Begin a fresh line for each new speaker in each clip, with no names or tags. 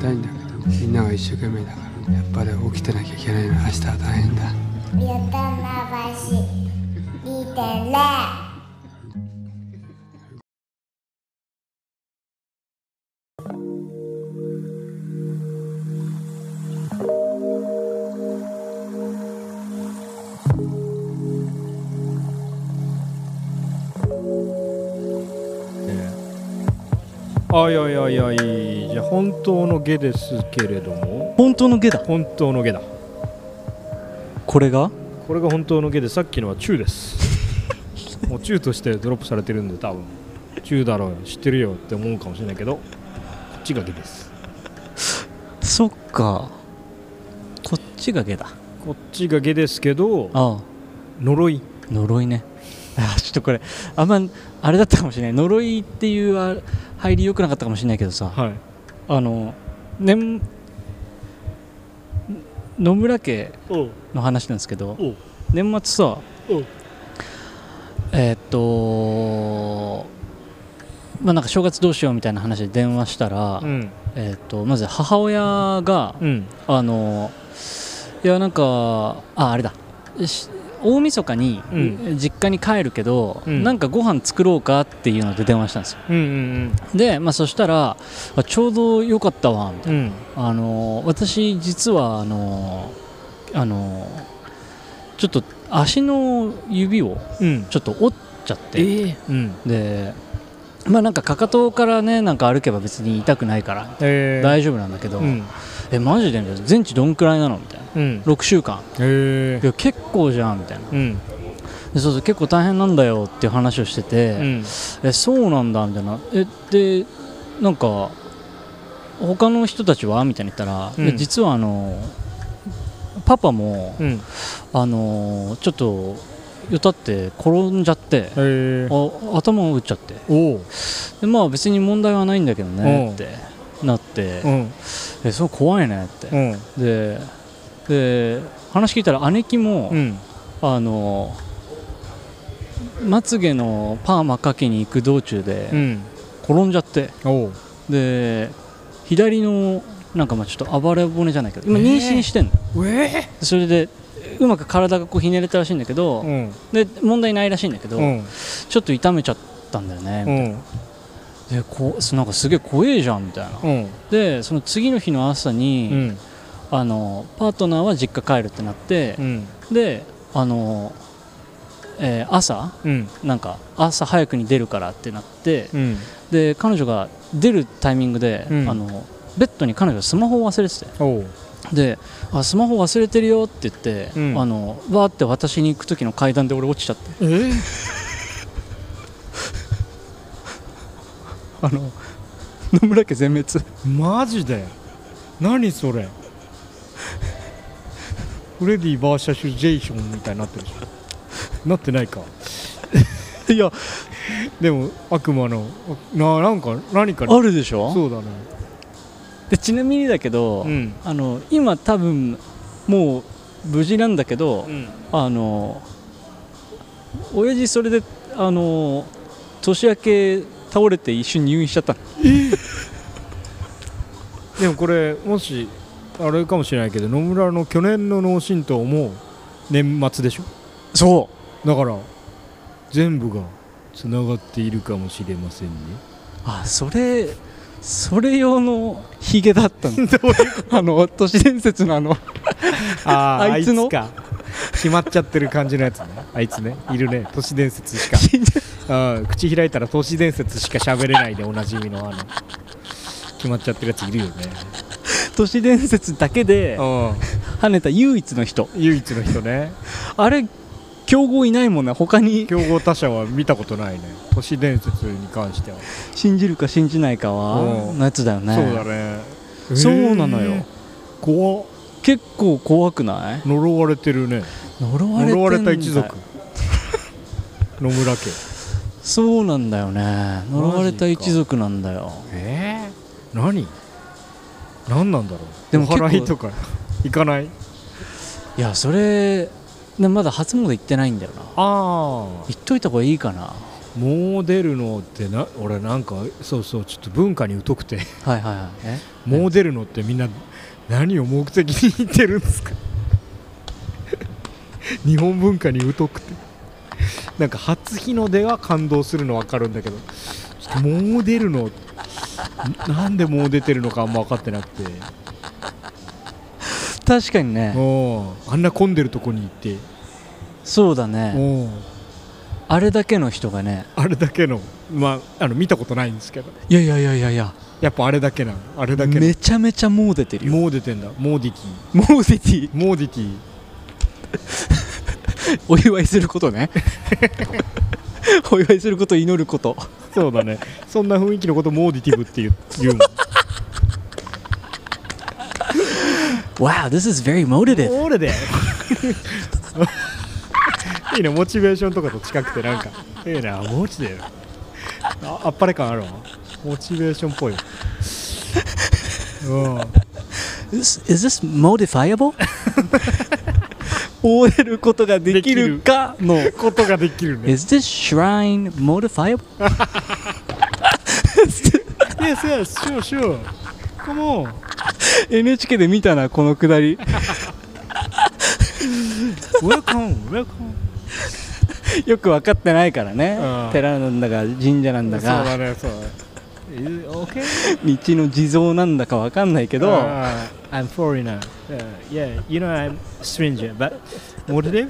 たいんだけどみんなが一生懸命だからやっぱり起きてなきゃいけないの明日は大変だ
ゆとなばし2.0
あいやいやいやいいじゃあ本当の下ですけれども
本当の下だ
本当の下だ
これが
これが本当の下でさっきのは中です もう中としてドロップされてるんで多分中だろうよ知ってるよって思うかもしれないけどこっちが下です
そっかこっちが下だ
こっちが下ですけど
ああ
呪い
呪いねあちょっとこれあんまあれだったかもしれない呪いっていうあ入り良くなかったかもしれないけどさ
はい
あの年野村家
おう
の話なんですけど
おう
年末さ
おう
えーっとまあなんか正月どうしようみたいな話で電話したら、
うん
えーっとまず母親が
うん
あのいやなんかああれだし大晦日に
う
実家に帰るけど、
うん
なんかご飯作ろうかっていうので電話したんですよ
うんうん
で、まあ、そしたらあちょうどよかったわみたい
うんうん
なあの私実はあのあのちょっと足の指を
うん
ちょっと折っちゃって
えうん
でまあなんかかかとからねなんか歩けば別に痛くないから
えー、
大丈夫なんだけど、
うん
えマジでみたいな全治どんくらいなのみたいな
うん
6週間
え
いや結構じゃんみたいな
ー、うん
でそうそう結構大変なんだよっていう話をしてて、
うん
えそうなんだみたいなえでなんか他の人たちはみたいに言ったら、
うん
いや実はあのパパも、
うん
あのちょっとよたって転んじゃって、
えー、
あ頭を打っちゃって
おう
でまあ別に問題はないんだけど
おう
ねってなって、
うん
えそう怖いねって、
うん
でで話聞いたら姉貴も、
うん
あのまつげのパーマかけに行く道中
う
で
ん
転んじゃって、
おう
で左のなんかまあちょっと暴れ骨じゃないけど今
え
妊
ー
娠してんの、
え
それでうまく体がこうひねれたらしいんだけど、
うん
で問題ないらしいんだけど、
うん
ちょっと痛めちゃったんだよ
う
ね、
ん
でこうなんかすげえ怖えじゃんみたいな
うん
でその次の日の朝に、
うん
あのパートナーは実家帰るってなって
う、ん
であの、えー朝
うん
なんか朝早くに出るからってなって、
うん
で彼女が出るタイミングで、
うん
あのベッドに彼女がスマホを忘れてて
おう
であスマホ忘れてるよって言って、
うん
あのわーって私に行く時の階段で俺落ちちゃって
えー、
あの野村家全滅
マジで何それフレディバーシャシュジェイションみたいになってるでしょなってないか
いや
でも悪魔のななんか何か
あるでしょ
そうだね
でちなみにだけど、
うん
あの今多分もう無事なんだけど、
うん
あの親父それであの年明け倒れて一瞬入院しちゃったの
でもこれもしあれかもしれないけど野村の去年の脳震盪も年末でしょ
そ
だから全部がつながっているかもしれませんね
うあそれそれ用のヒゲ だったのあの都市伝説のあの
あ
ーあいつ
か決まっちゃってる感じのやつねあいつねいるね都市伝説 しかあー口開いたら都市伝説しか喋れないでおなじみのあの決まっちゃってるやついるよね
都市伝説だけで跳ねた唯一の人
唯一の人 ね
あれ競合いないもんな他に
競合他社は見たことないね都市伝説に関しては、
信じるか信じないか
う
は
ん
のやつだよね
そうだね
そうなのよ
えー怖っ
結構怖くない
呪われてるね
呪われてんだよ
呪われた一 族野村家
そうなんだよね呪われた一族なんだよ
ええ何何なんだろうで
でも
も
結構
払いとか行かない
いやそれでまだ初詣行ってないんだよな
あ
行っといた方がいいかな
あもう出るのってな俺なんかそうそうちょっと文化に疎くて
はいはいはいえ
もう出るのってみんな何を目的に言ってるんですか 日本文化に疎くてなんか初日の出は感動するの分かるんだけどちょっともう出るのなんでもう出てるのかあんま分かってなくて
確かにね
おあんな混んでるとこに行って
そうだね
おう
あれだけの人がね
あれだけの,、まあ、あの見たことないんですけど
いやいやいやいやいや
やっぱあれだけなのあれだけの
めちゃめちゃもう出てるよ
もう出てんだモーディテ
もう出て
ィモーディティ
お祝いすること ねお祝いすること祈ること
そうだね。 そんな雰囲気のことモーディティブって言う言うもん。
Wow this is very motivative
俺で。 いいね、モチベーションとかと近くてなんか。いいな、モチで。ああっぱれ感あるわ。モチベーションっぽいわ。うん、
Is is this modifiable? 終えることができるかの
ことができるね。
Is this shrine modifiable?
yes, yes, sure, sure. Come on.
NHK で見たなこのくだ り
Welcome, welcome.
よく分かってないからね
うん
寺なんだか神社なん
そ
だ
うだ
か
ね、そうだね。Is it okay?
道の地蔵なんだか分かんないけど
Ah, I'm foreigner. Uh, yeah, you know I'm stranger, but motive?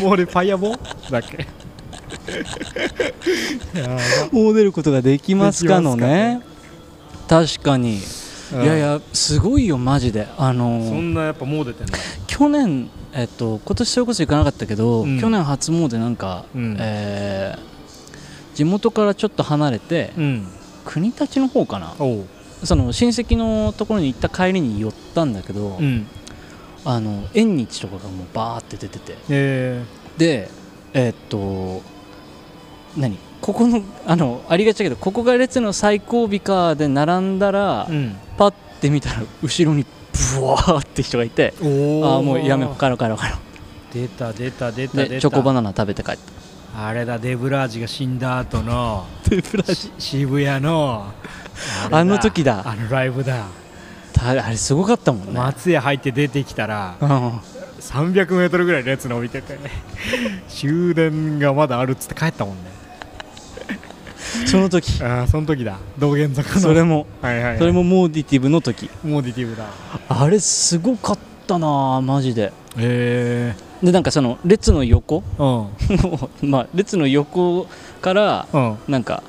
modifiable? だっけや
もう出ることができますかのね
で
確かにい
ば
やいやすごいよマジであの
そんなやっぱもう出てんだ
去年、えっと、今年それこそ行かなかったけど、
うん
去年初詣なんか、
うん
えー地元からちょっと離れて、
うん
国立の方かな
おう
その親戚のところに行った帰りに寄ったんだけど、
うん
あの縁日とかがもうバーって出てて
え
でえっと何ここのあのありがちだけどここが列の最後尾かで並んだら、
ー、うん
パッて見たら後ろにブワーって人がいて
お
ああもうやめよう帰ろう帰ろう帰ろう
出た出た出た出
で
た
チョコバナナ食べて帰っ
あれだデブラージが死んだ後の
たでプラ
し渋谷のれ
あの時だ
あのライブだ
あれあれすごかったもんね、
松屋入って出てきたら
うん
300メートルぐらい列伸びて て終電がまだあるっつって帰ったもんね
そ の時
ああその時だ道玄坂の
それも
はいはい、はい、
それもモーディティブの時
モーディティブだ
あれすごかったなマジで
へえ
でなんかその列の横
うん
の まあ列の横から
うん
なんか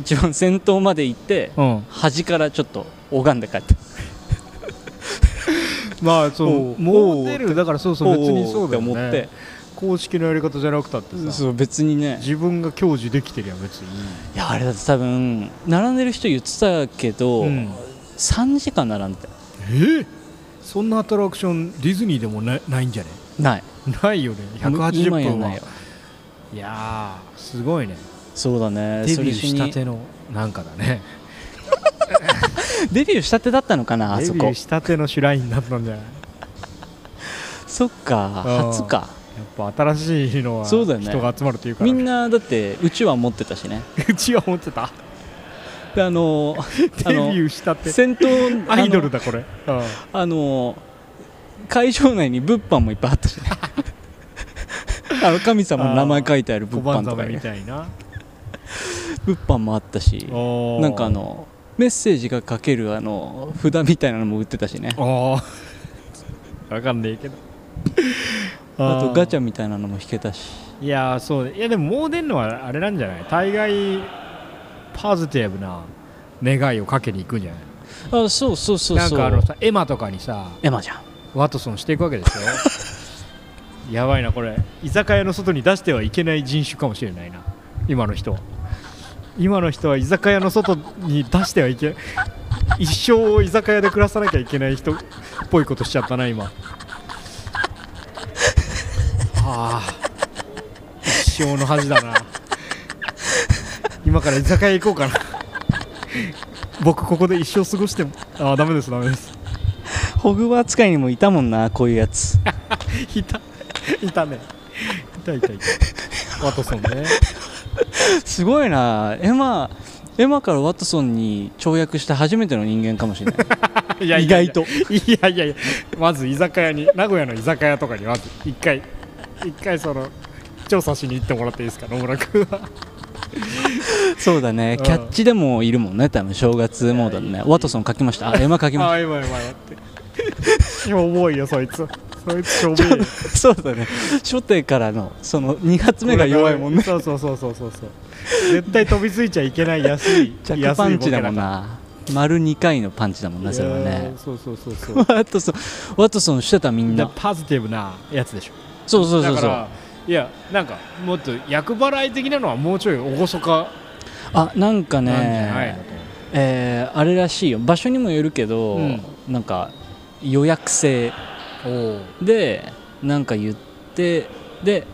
一番先頭まで行って
うん
端からちょっと拝んで帰った
まあそ
お
う
う
モデルだからそうそう別
お
に
ー
そうだよ、ね、
って思って
公式のやり方じゃなくたってさ
そう別にね
自分が享受できてりゃ別に
いやあれだって多分並んでる人言ってたけど、
うん
3時間並んでたよ
ええそんなアトラクションディズニーでもなないんじゃね
ない
ないよね180
今や
分
な
はい
よ
いやーすごいね
そうだね
デビュー
それ
したてのなんかだね
デビューしたてだったのかなあ
デ
そ
ビュ
こ
ーしたてのシュラインだったんじゃないや
そっか
うん
初か
っぱ新しいのは人
そうだよね
が集まるというから
みんなだってうちわ持ってたしね
うちは思ってた
で あの
デビュ
ー
ーしたて
先頭あの
アイドルだこれうん
あの会場内に物販もいっぱいあったしね あの神様の名前書いてある
小
物
判
販
ザ
と
メ
か
み
ね
たいな
物販もあったしな
なん
かあのメッセージが書けるあの札みたいなのも売ってたしね
ああ わかんねえけど
あとガチ
ャ
ャみたいなのも引けたし
いやーそうねいやでももう出んのはあれなんじゃない大概ポジティブな願いをかけに行くんじゃない
あそうそうそうそう
なんかあのさエマとかにさ
エマじゃん
ワトソンしていくわけでし ょやばいなこれ居酒屋の外に出してはいけない人種かもしれないな今の人は今の人は居酒屋の外に出してはいけ一生を居酒屋で暮らさなきゃいけない人っぽいことしちゃったな今ああ一生の恥だな今から居酒屋行こうかな僕ここで一生過ごしてもああダメですダメです
ホグワーツ界にもいたもんなこういうやつ
いたいたねたいたいたワトソンね
すごいなエマエマからワトソンに跳躍した初めての人間かもしれ ない
いや
意外と
いやいやいやまず居酒屋に名古屋の居酒屋とかにまず一回一回その調査しに行ってもらっていいですか野村君は
そうだね
うん
キャッチでもいるもんね多分正月モードで
いや
ね
いい
ワトソン書きましたあエマ書きま
あやばいやばいやってしょぼいよそいつそいつしょぼいよ
したそうだね初手からのその2発目が弱いもんね
そうそうそうそうそうそう絶対飛びついちゃいけない安 い
弱パンチだもんな丸2回のパンチだもん
安いボケだから
なそれはい
や
ね
ーそうそうそうそう
ワトソンワトソンしてたみん
で
な
パジティブなやつでしょ
そうそうそう
だ
そ
か
う
らいやなんかもっと厄払い的なのはもうちょい厳か
あなんか
なんじゃないの
ね
と
えーあれらしいよ場所にもよるけど、
うん
なんか予約制
お
でなんか言ってで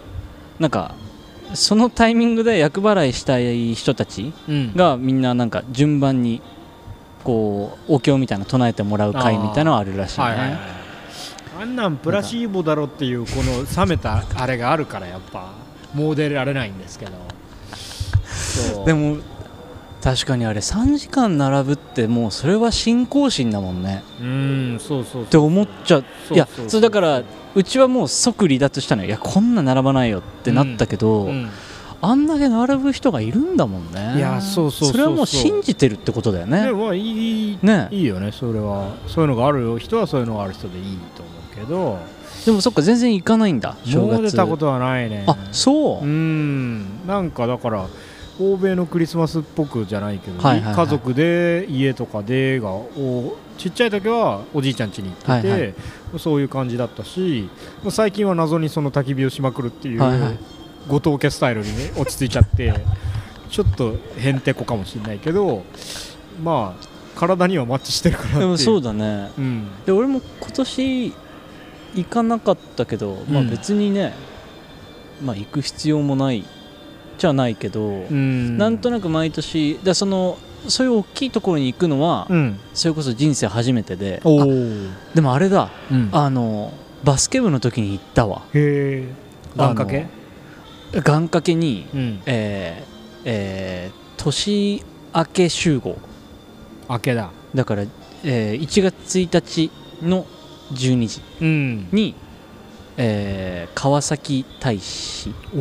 なんかそのタイミングで厄払いしたい人たち
うん
がみんななんか順番にこうお経みたいなの唱えてもらう会みたいなのはあるらしいね、
はいはいはいあんなんプラシーボだろっていうこの冷めたあれがあるからやっぱもう出られないんですけどそう
でも確かにあれ3時間並ぶってもうそれは信仰心だもんね
うーんそうそうそう
って思っちゃう
そう
いや
そうそう
それだからうちはもう即離脱したのよいやこんな並ばないよってなったけど、
うん
あんだけ並ぶ人がいるんだもんね
いやそうそうそうそう
れはもう信じてるってことだよ
で
ね
もいい
ね
いいよねそれはそういうのがある人はそういうのがある人でいいと思うけど
でもそっか全然行かないんだ正
もう出
月
たことはないね
あそう
うーんなんかだから欧米のクリスマスっぽくじゃないけど、
はいはいはい
家族で家とかでがおちっちゃい時はおじいちゃん家に行ってて、
はいは
そういう感じだったしもう最近は謎にその焚き火をしまくるっていう、
はいはい
ご当家スタイルに、ね、落ち着いちゃって ちょっとへんてこかもしれないけどまあ体にはマッチしてるからってい
で
う
もそうだね
うん、
で俺も今年行かなかったけど、まあ
うん
別にね、まあ行く必要もないじゃないけど、
うん、
なんと
な
なく毎年だからそのそういう大きいところに行くのは、
うん、
それこそ人生初めてで
おお、
あでもあれだ
うん、
あのバスケ部の時に行ったわ
へえ願掛け
願掛けに
うん
えーえー年明け集合
明けだ
だから、えー1月1日の12時
うん
に、えー川崎大使
おお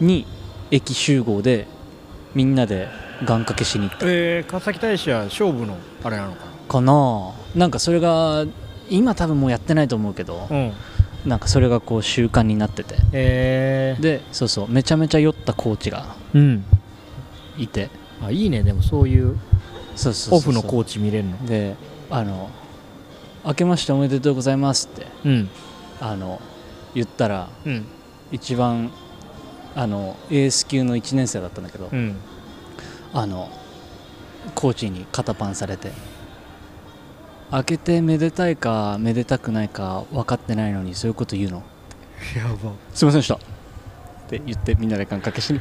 に駅集合でみんなで願掛けしに行った
えー、川崎大使は勝負のあれなのか
かななんかそれが今多分もうやってないと思うけど
なうん
なんかそれがこう習慣になってて
えー、
でそうそうめちゃめちゃ酔ったコーチが
うん
いて
あいいねでもそういう
そうそうそうそ
オフ
う
のコーチ見れるの
であの「明けましておめでとうございます」って
うん
あの言ったら
うん
一番あのエース級の1年生だったんだけど、
うん
あのコーチに肩パンされて「開けてめでたいかめでたくないか分かってないのにそういうこと言うの
やば
すいませんでした」って言ってみんなで願掛けしに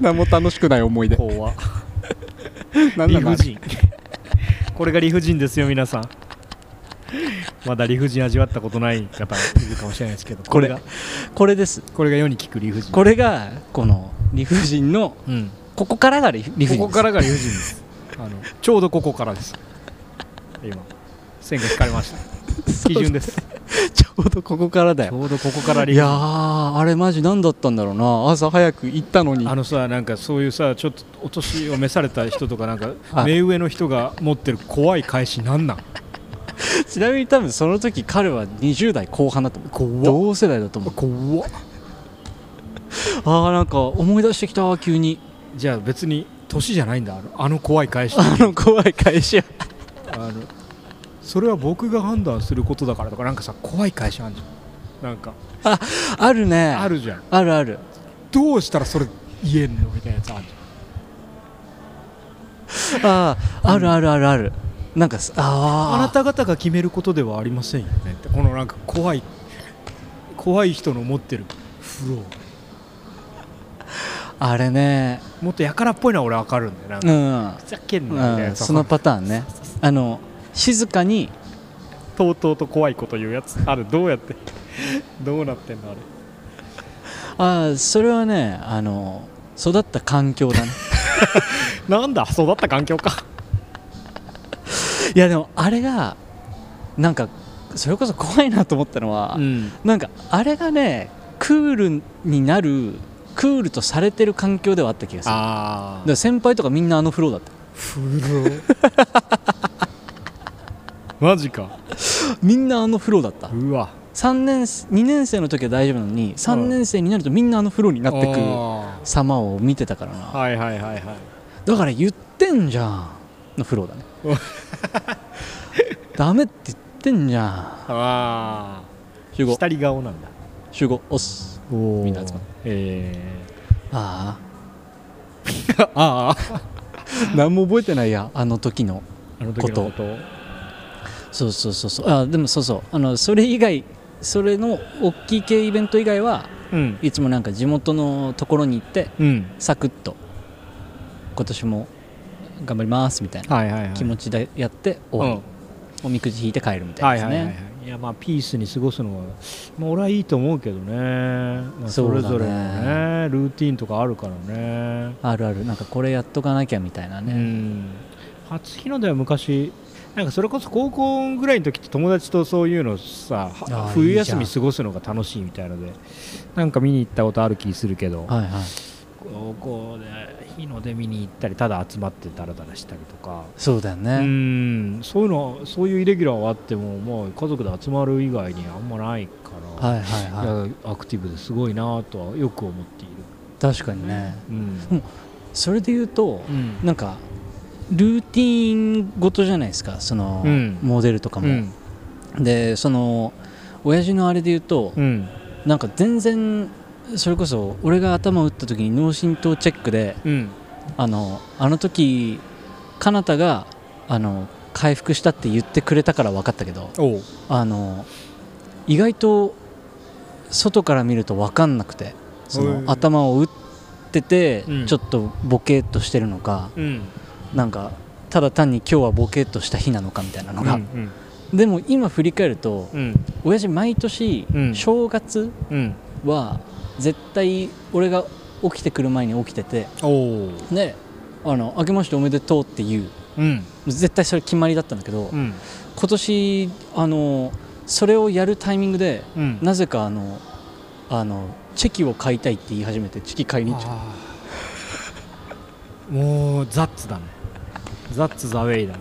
何も楽しくない 思い出
怖
何
理
な
不
のあれ
尽 これが理不尽ですよ皆さんまだ理不尽味わったことない方いるかもしれないですけど
これ
が
これです
これが世に聞く理不尽
これがこの理不尽の
うん
ここからが理不尽です
ここからが理不尽ですあのちょうどここからです今線が引かれました基準 です
ちょうどここからだ
ち
よ
ょうどここから
い
理不
や
尽
ーあれマジ何だったんだろうな朝早く行ったのに
あのさなんかそういうさちょっとお年を召された人とかなんか
は
目
い
上の人が持ってる怖い返しなんなん
ちなみに多分その時彼は20代後半だと思
怖っ
う同世代だと思う
怖っ
ああなんか思い出してきた急に
じゃあ別に年じゃないんだあのあの怖い返し
あの怖い会社
あのそれは僕が判断することだからとかなんかさ怖い返しあるじゃんなんか
あるね
あるじゃん
あるある
どうしたらそれ言えんのみたいなやつあるじ
あーあるあるあるあるなんかさ
ゃんあな
あ
た方が決めることではありませんよねってこのなんか怖い怖い人の持ってるフロー
ああれね
もっとやからっぽいのは俺わかるんだよなんか
うん、
ふざけんなみたいな
う
や
ん、
つわかる
そのパターンねあの静かに
とうとうと怖いこと言うやつあれどうやってどうなってんのあれ
ああそれはねあの育った環境だね
なんだ育った環境か
いやでもあれがなんかそれこそ怖いなと思ったのは、
ん
なんかあれがねクールになるクールとされてる環境ではあった気がするだか
ああ
ら先輩とかみんなあのフローだった
古っ
マジか
みんなあのフローだった
うわ
3年2年生の時は大丈夫なのに3年生になるとみんなあのフローになってく
あ
様を見てたから
ー
な
はいはいはいはい
だから言ってんじゃんのフローだね ダメって言ってんじゃん
あ
集合
り顔なんだ
集合押す
お
みんな集まって
え
ああ
ー、 ああ
何も覚えてないやあの時の
あの時のこと
そうそうそうそうあでもそうそうあのそれ以外それの大きい系イベント以外は
うん
いつもなんか地元のところに行って
うん
サクッと今年も頑張りますみたいな
はいはいはい
気持ちでやって終わり、おみくじ引いて帰るみ
うん、
た
はいい
な
は
で
いは
す
いは
ね
いいやまあピースに過ごすのは、まあ、俺はいいと思うけどね、まあ、
そ
そうれ
だね
ぞれのねルーティンとかあるからね
あるあるなんかこれやっとかなきゃみたいな
う
ね、
ん初日の出は昔なんかそれこそ高校ぐらいの時って友達とそういうのさ
あー
冬
いいじゃ
休
ん
み過ごすのが楽しいみたいのでなんか見に行ったことある気するけど
はいはい
高校で日の出見に行ったりただ集まってダラダラしたりとか
そうだよ
う
ね、
んそういうのそういうイレギュラーがあってももう家族で集まる以外にあんまないから、
はいはいはい
いやアクティブですごいなとはよく思っている、
確かにね
うん
それで言うと、
うん
なんかルーティンごとじゃないですかその、
うん
モデルとかも、
うん
でその親父のあれで言うと、
うん
なんか全然それこそ俺が頭を打った時に脳震盪チェックで
うん
あのあの時かなたがあの回復したって言ってくれたから分かったけど
おう
あの意外と外から見ると分かんなくてそ
へえ
の頭を打ってて、
うん
ちょっとボケっとしてるのか
うん
なんかただ単に今日はボケっとした日なのかみたいなのが、
うん
でも今振り返ると
うん
親父毎年
うん
正月
うん
は絶対俺が起きてくる前に起きてて
おお
であの「明けましておめでとう」って言う
うん
絶対それ決まりだったんだけど、
うん
今年あのそれをやるタイミングで
うん
なぜかあのあのチェキを買いたいって言い始めてチェキ買いに行っちゃっ
あーもうザッツだねザッツザウェイだね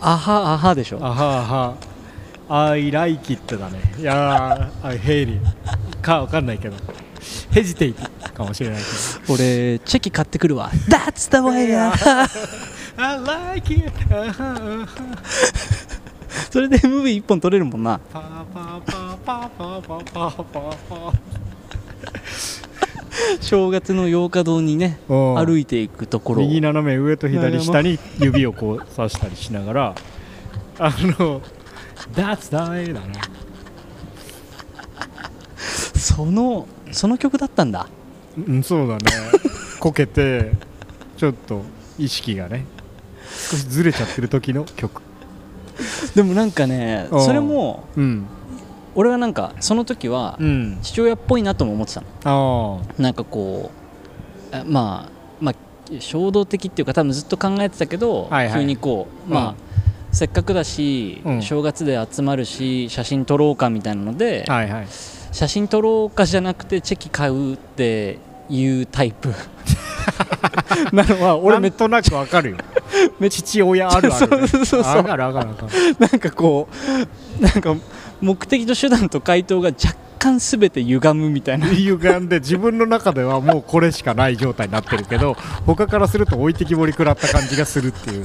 たあはあはでしょ
あはあは I like it だねいやー I hate it かわかんないけどヘジテイトかもしれないけ
俺チェキ買ってくるわ That's the
ど
way だ
I like it あはあ
それで MV 一本撮れるもんな
パーパーパーパーパーパーパーパ
正月の8日堂にね
ー
歩いていくところを
右斜め上と左下 に指をこう刺したりしながらあの That's the way だね
そのその曲だったんだ
うんそうだねこけてちょっと意識がね少しずれちゃってる時の曲
でもなんかね
うん
それも
うん
俺はなんかその時は
うん
父親っぽいなとも思ってたの
あ
なんかこうあまあまあ衝動的っていうか多分ずっと考えてたけど、
はいはい
急にこうまあ、
うん
せっかくだし、
うん
正月で集まるし写真撮ろうかみたいなので、
あはいはい
写真撮ろうかじゃなくてチェキ買うっていうタ イプなのは
俺
俺め
め
っ
となくわかるよ父親あるある、ね、
そうそうそう
あかるあかるあかる
なんかこうなんか目的と手段と回答が若干すべて歪むみたいな
歪んで自分の中ではもうこれしかない状態になってるけど他からすると置いてきぼり食らった感じがするっていう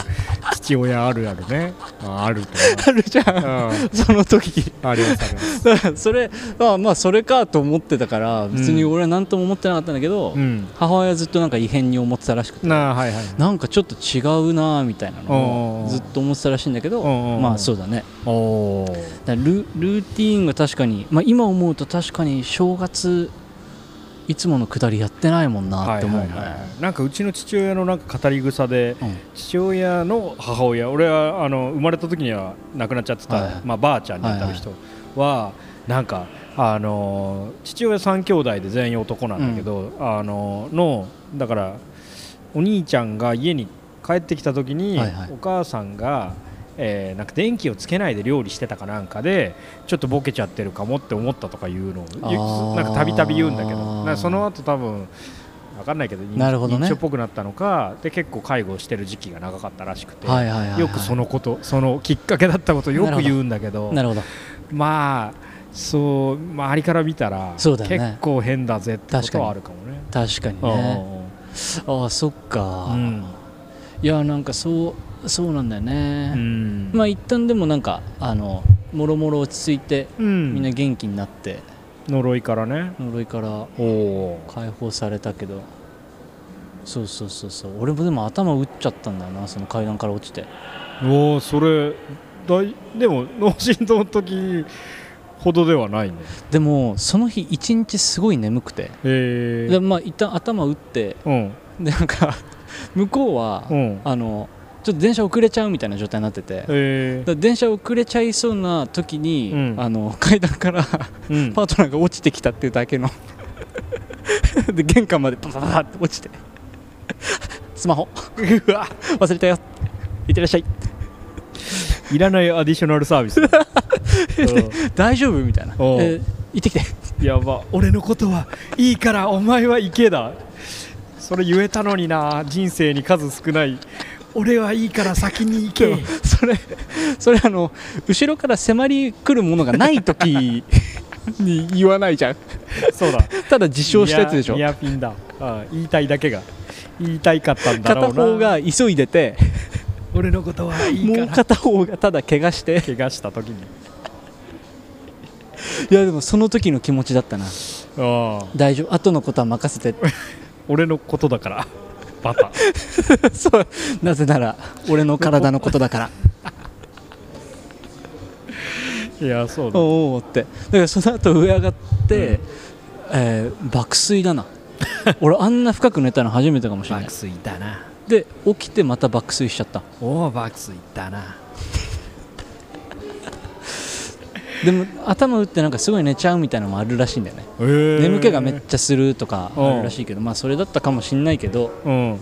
父親あるあるねああると
あるじゃ ん
な、うん
その時
ありますあります
だからそれあまあそれかと思ってたから別に俺は何とも思ってなかったんだけど、
うん
母親はずっとなんか異変に思ってたらしくて
なあはいはい
なんかちょっと違うなみたいなの
おー
をずっと思ってたらしいんだけど
おー
まあそうだね
おお
だからルルーティーンが確かに、まあ、今思うと確かに正月いつものくだりやってないもんなって思うね、
はいはいはいはいなんかうちの父親のなんか語り草で、
うん
父親の母親俺はあの生まれた時には亡くなっちゃってた、
はいはい
まあ、ばあちゃんにあたる人は、なんかあの父親3兄弟で全員男なんだけど、あののだからお兄ちゃんが家に帰ってきた時に、
はいはい
お母さんが、えーなんか電気をつけないで料理してたかなんかでちょっとボケちゃってるかもって思ったとかいうのを
あー
なんかたびたび言うんだけどなんかその後多分わかんないけど認
なるほどね
認知症っぽくなったのかで結構介護してる時期が長かったらしくて、
はいはいはいはい
よくそのことそのきっかけだったことをよく言うんだけど
なるほど
まあそう周りから見たら、
そうだよね
結構変だぜってことはあるかもね。
確かにね
う
ああそっか、
ん
いやなんかそうそうなんだよ
う
ね、
ん
まあ一旦でもなんかあのもろもろ落ち着いて
うん
みんな元気になって
呪いからね
呪いから
おお
解放されたけどそうそうそうそう俺もでも頭打っちゃったんだよなその階段から落ちて
おおそれだいでも脳震盪の時ほどではないね
でもその日一日すごい眠くて
へえ
でまあ一旦頭打って
うん
でなんか向こうは、
うんへ
あのちょっと電車遅れちゃうみたいな状態になってて、だか
え
ら電車遅れちゃいそうな時に、
うん
あの階段から
うん
パートナーが落ちてきたっていうだけの で玄関までパパパパって落ちてスマホうわ忘れたよいってらっしゃい
いらないアディショナルサービス う
大丈夫みたいな、え
おう
ー行ってきて
んやば俺のことはいいからお前は行けだそれ言えたのにな人生に数少ない俺はいいから先に行 け
それそれあの後ろから迫り来るものがな い時に言わないじゃん
そうだ
ただ自称したやつでしょ
ニアニアピンだああ言いたいだけが言いたいかったんだろうな
片方が急いでて
俺のことはいい
も
か
う
ら
片方がただ怪我して
怪我した時に
いやでもその時の気持ちだったな
ああ
大丈夫後のことは任せて
俺のことだからバ タ
そうなぜなら俺の体のことだから
いやそうだ
おうおうってだからその後上上がって、えー爆睡だな 俺あんな深く寝たの初めてかもしれない
睡だな
で起きてまた爆睡しちゃった
おお爆睡だな
でも頭打ってなんかすごい寝ちゃうみたいなのもあるらしいんだよね眠気がめっちゃするとかあるらしいけど、まあそれだったかもしれないけど
うん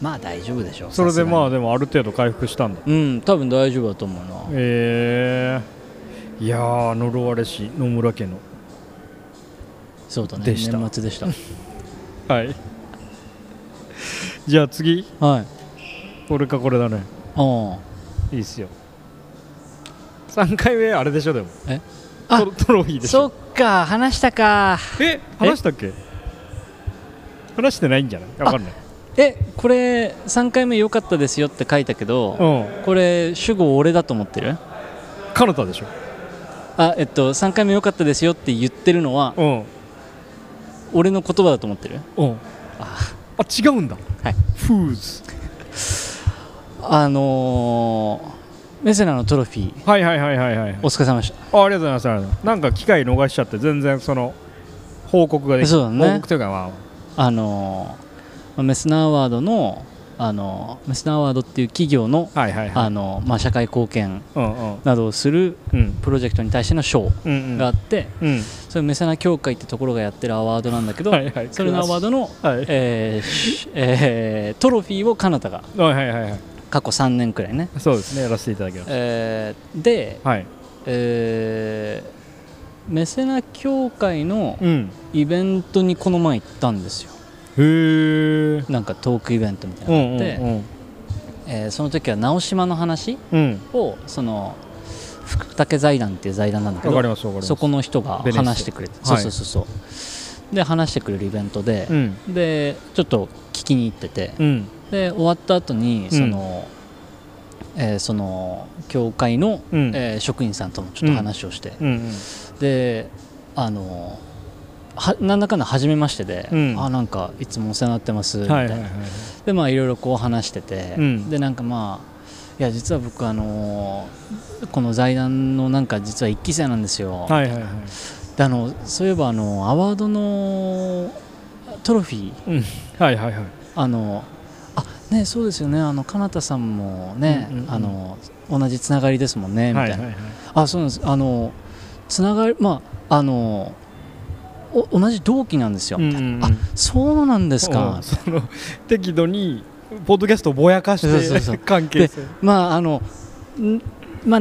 まあ大丈夫でしょう
それでまあ
さすがに
でもある程度回復したんだ
うん多分大丈夫だと思うな
へえいやー呪われし野村家の
そうだね
でした
年末でした
はいじゃあ次
はい
これかこれだね
あ
いいっすよ3回目あれでしょでも
え
トロトロフィー
あ
でしょ
っか話したか
え話したっけ話してないんじゃないわかんない
えこれ3回目良かったですよって書いたけ
う
ど、
ん
これ主語俺だと思ってる
カナタでしょ
あえっと3回目良かったですよって言ってるのは
うん
俺の言葉だと思ってる
うんあ違うんだ
はい
フーズ
あのーメセナのトロフィー
はいはいはいはいはいああり
お疲れ様でした
がとうございますありがとうございますなんか機会逃しちゃって全然その報告ができ
そうだね
報告というかま
あのーメスナーワードの、あのーメスナーワードっていう企業の、
あはいはいはい
あのーまあ、社会貢献
うんうん
などをする
うん
プロジェクトに対しての賞
うん
があって、
うん
それメセナ協会ってところがやってるアワードなんだけど、
はいはい
それのアワードの、
はいはい
えーしえートロフィーをカナタが
はいはいはい
過去3年くらいね、
そうですねやらせていただきまし
えーで、
たはい
えーメセナ協会の
うん
イベントにこの前行ったんですよ
へえ
なんかトークイベントみたいな
う
の
ん
があ
う
っ
ん
て、
うん
えーその時は直島の話
うん
をその福武財団っていう財団なんだけ
わかり
ど
ますわかります
そこの人が
ベネッセ
話してくれて、
はい
そうそうそうそうで話してくれるイベントで
う、ん
でちょっと聞きに行ってて、
うん
で終わった後に
うん
その、えーその教会の、
うん
えー職員さんともちょっと話をして、
うん
であのはなんだかんだ初めましてで、
うん
あなんかいつもお世話になってます
う
み
ん
た
はいい
な、
はいはいはい
でまあいろいろこう話してて、
うん
でなんかまあいや実は僕あのーこの財団のなんか実は一期生なんですよ、
はいはいはい
であのそういえばあのアワードのトロフィー
うんはいはいはい
あのあねそうですよねあのかなたさんもね、
うんうんうん
あの同じつながりですもんねみたいな、
はいはいはい
あそうなんですあのつながりまああのお同じ同期なんですよ、
うんうんうん
あそうなんです
う
か
ん、その適度にポッドキャストをぼやかして
そうそうそう
関係性
まああのんまあ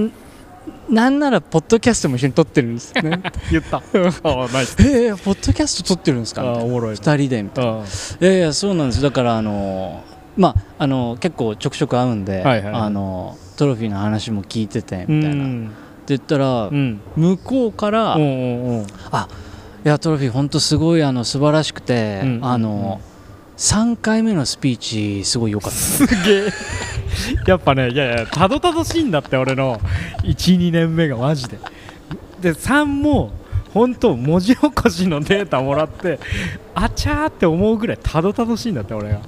なんならポッドキャストも一緒に撮ってるんですね
言 ったああナイス
えー、ポッドキャスト撮ってるんです
あ
かみ
ー
たい
お
な
もろいな
2人でみたいな
あ
いやいやそうなんですだからあのまああの結構ちょくちょく会うん
は
で、
いはいはい
あのトロフィーの話も聞いてて
ーう
みたいな、って
ん
言ったら、
うん
向こうから、
うん
い
うんうん
やトロフィー本当すごいあの素晴らしくて、
うん
あの3回目のスピーチすごい良かった
すげえやっぱねいやいやたどたどしいんだって俺の12年目がマジでで3も本当文字起こしのデータもらってあちゃーって思うぐらいたどたどしいんだって俺が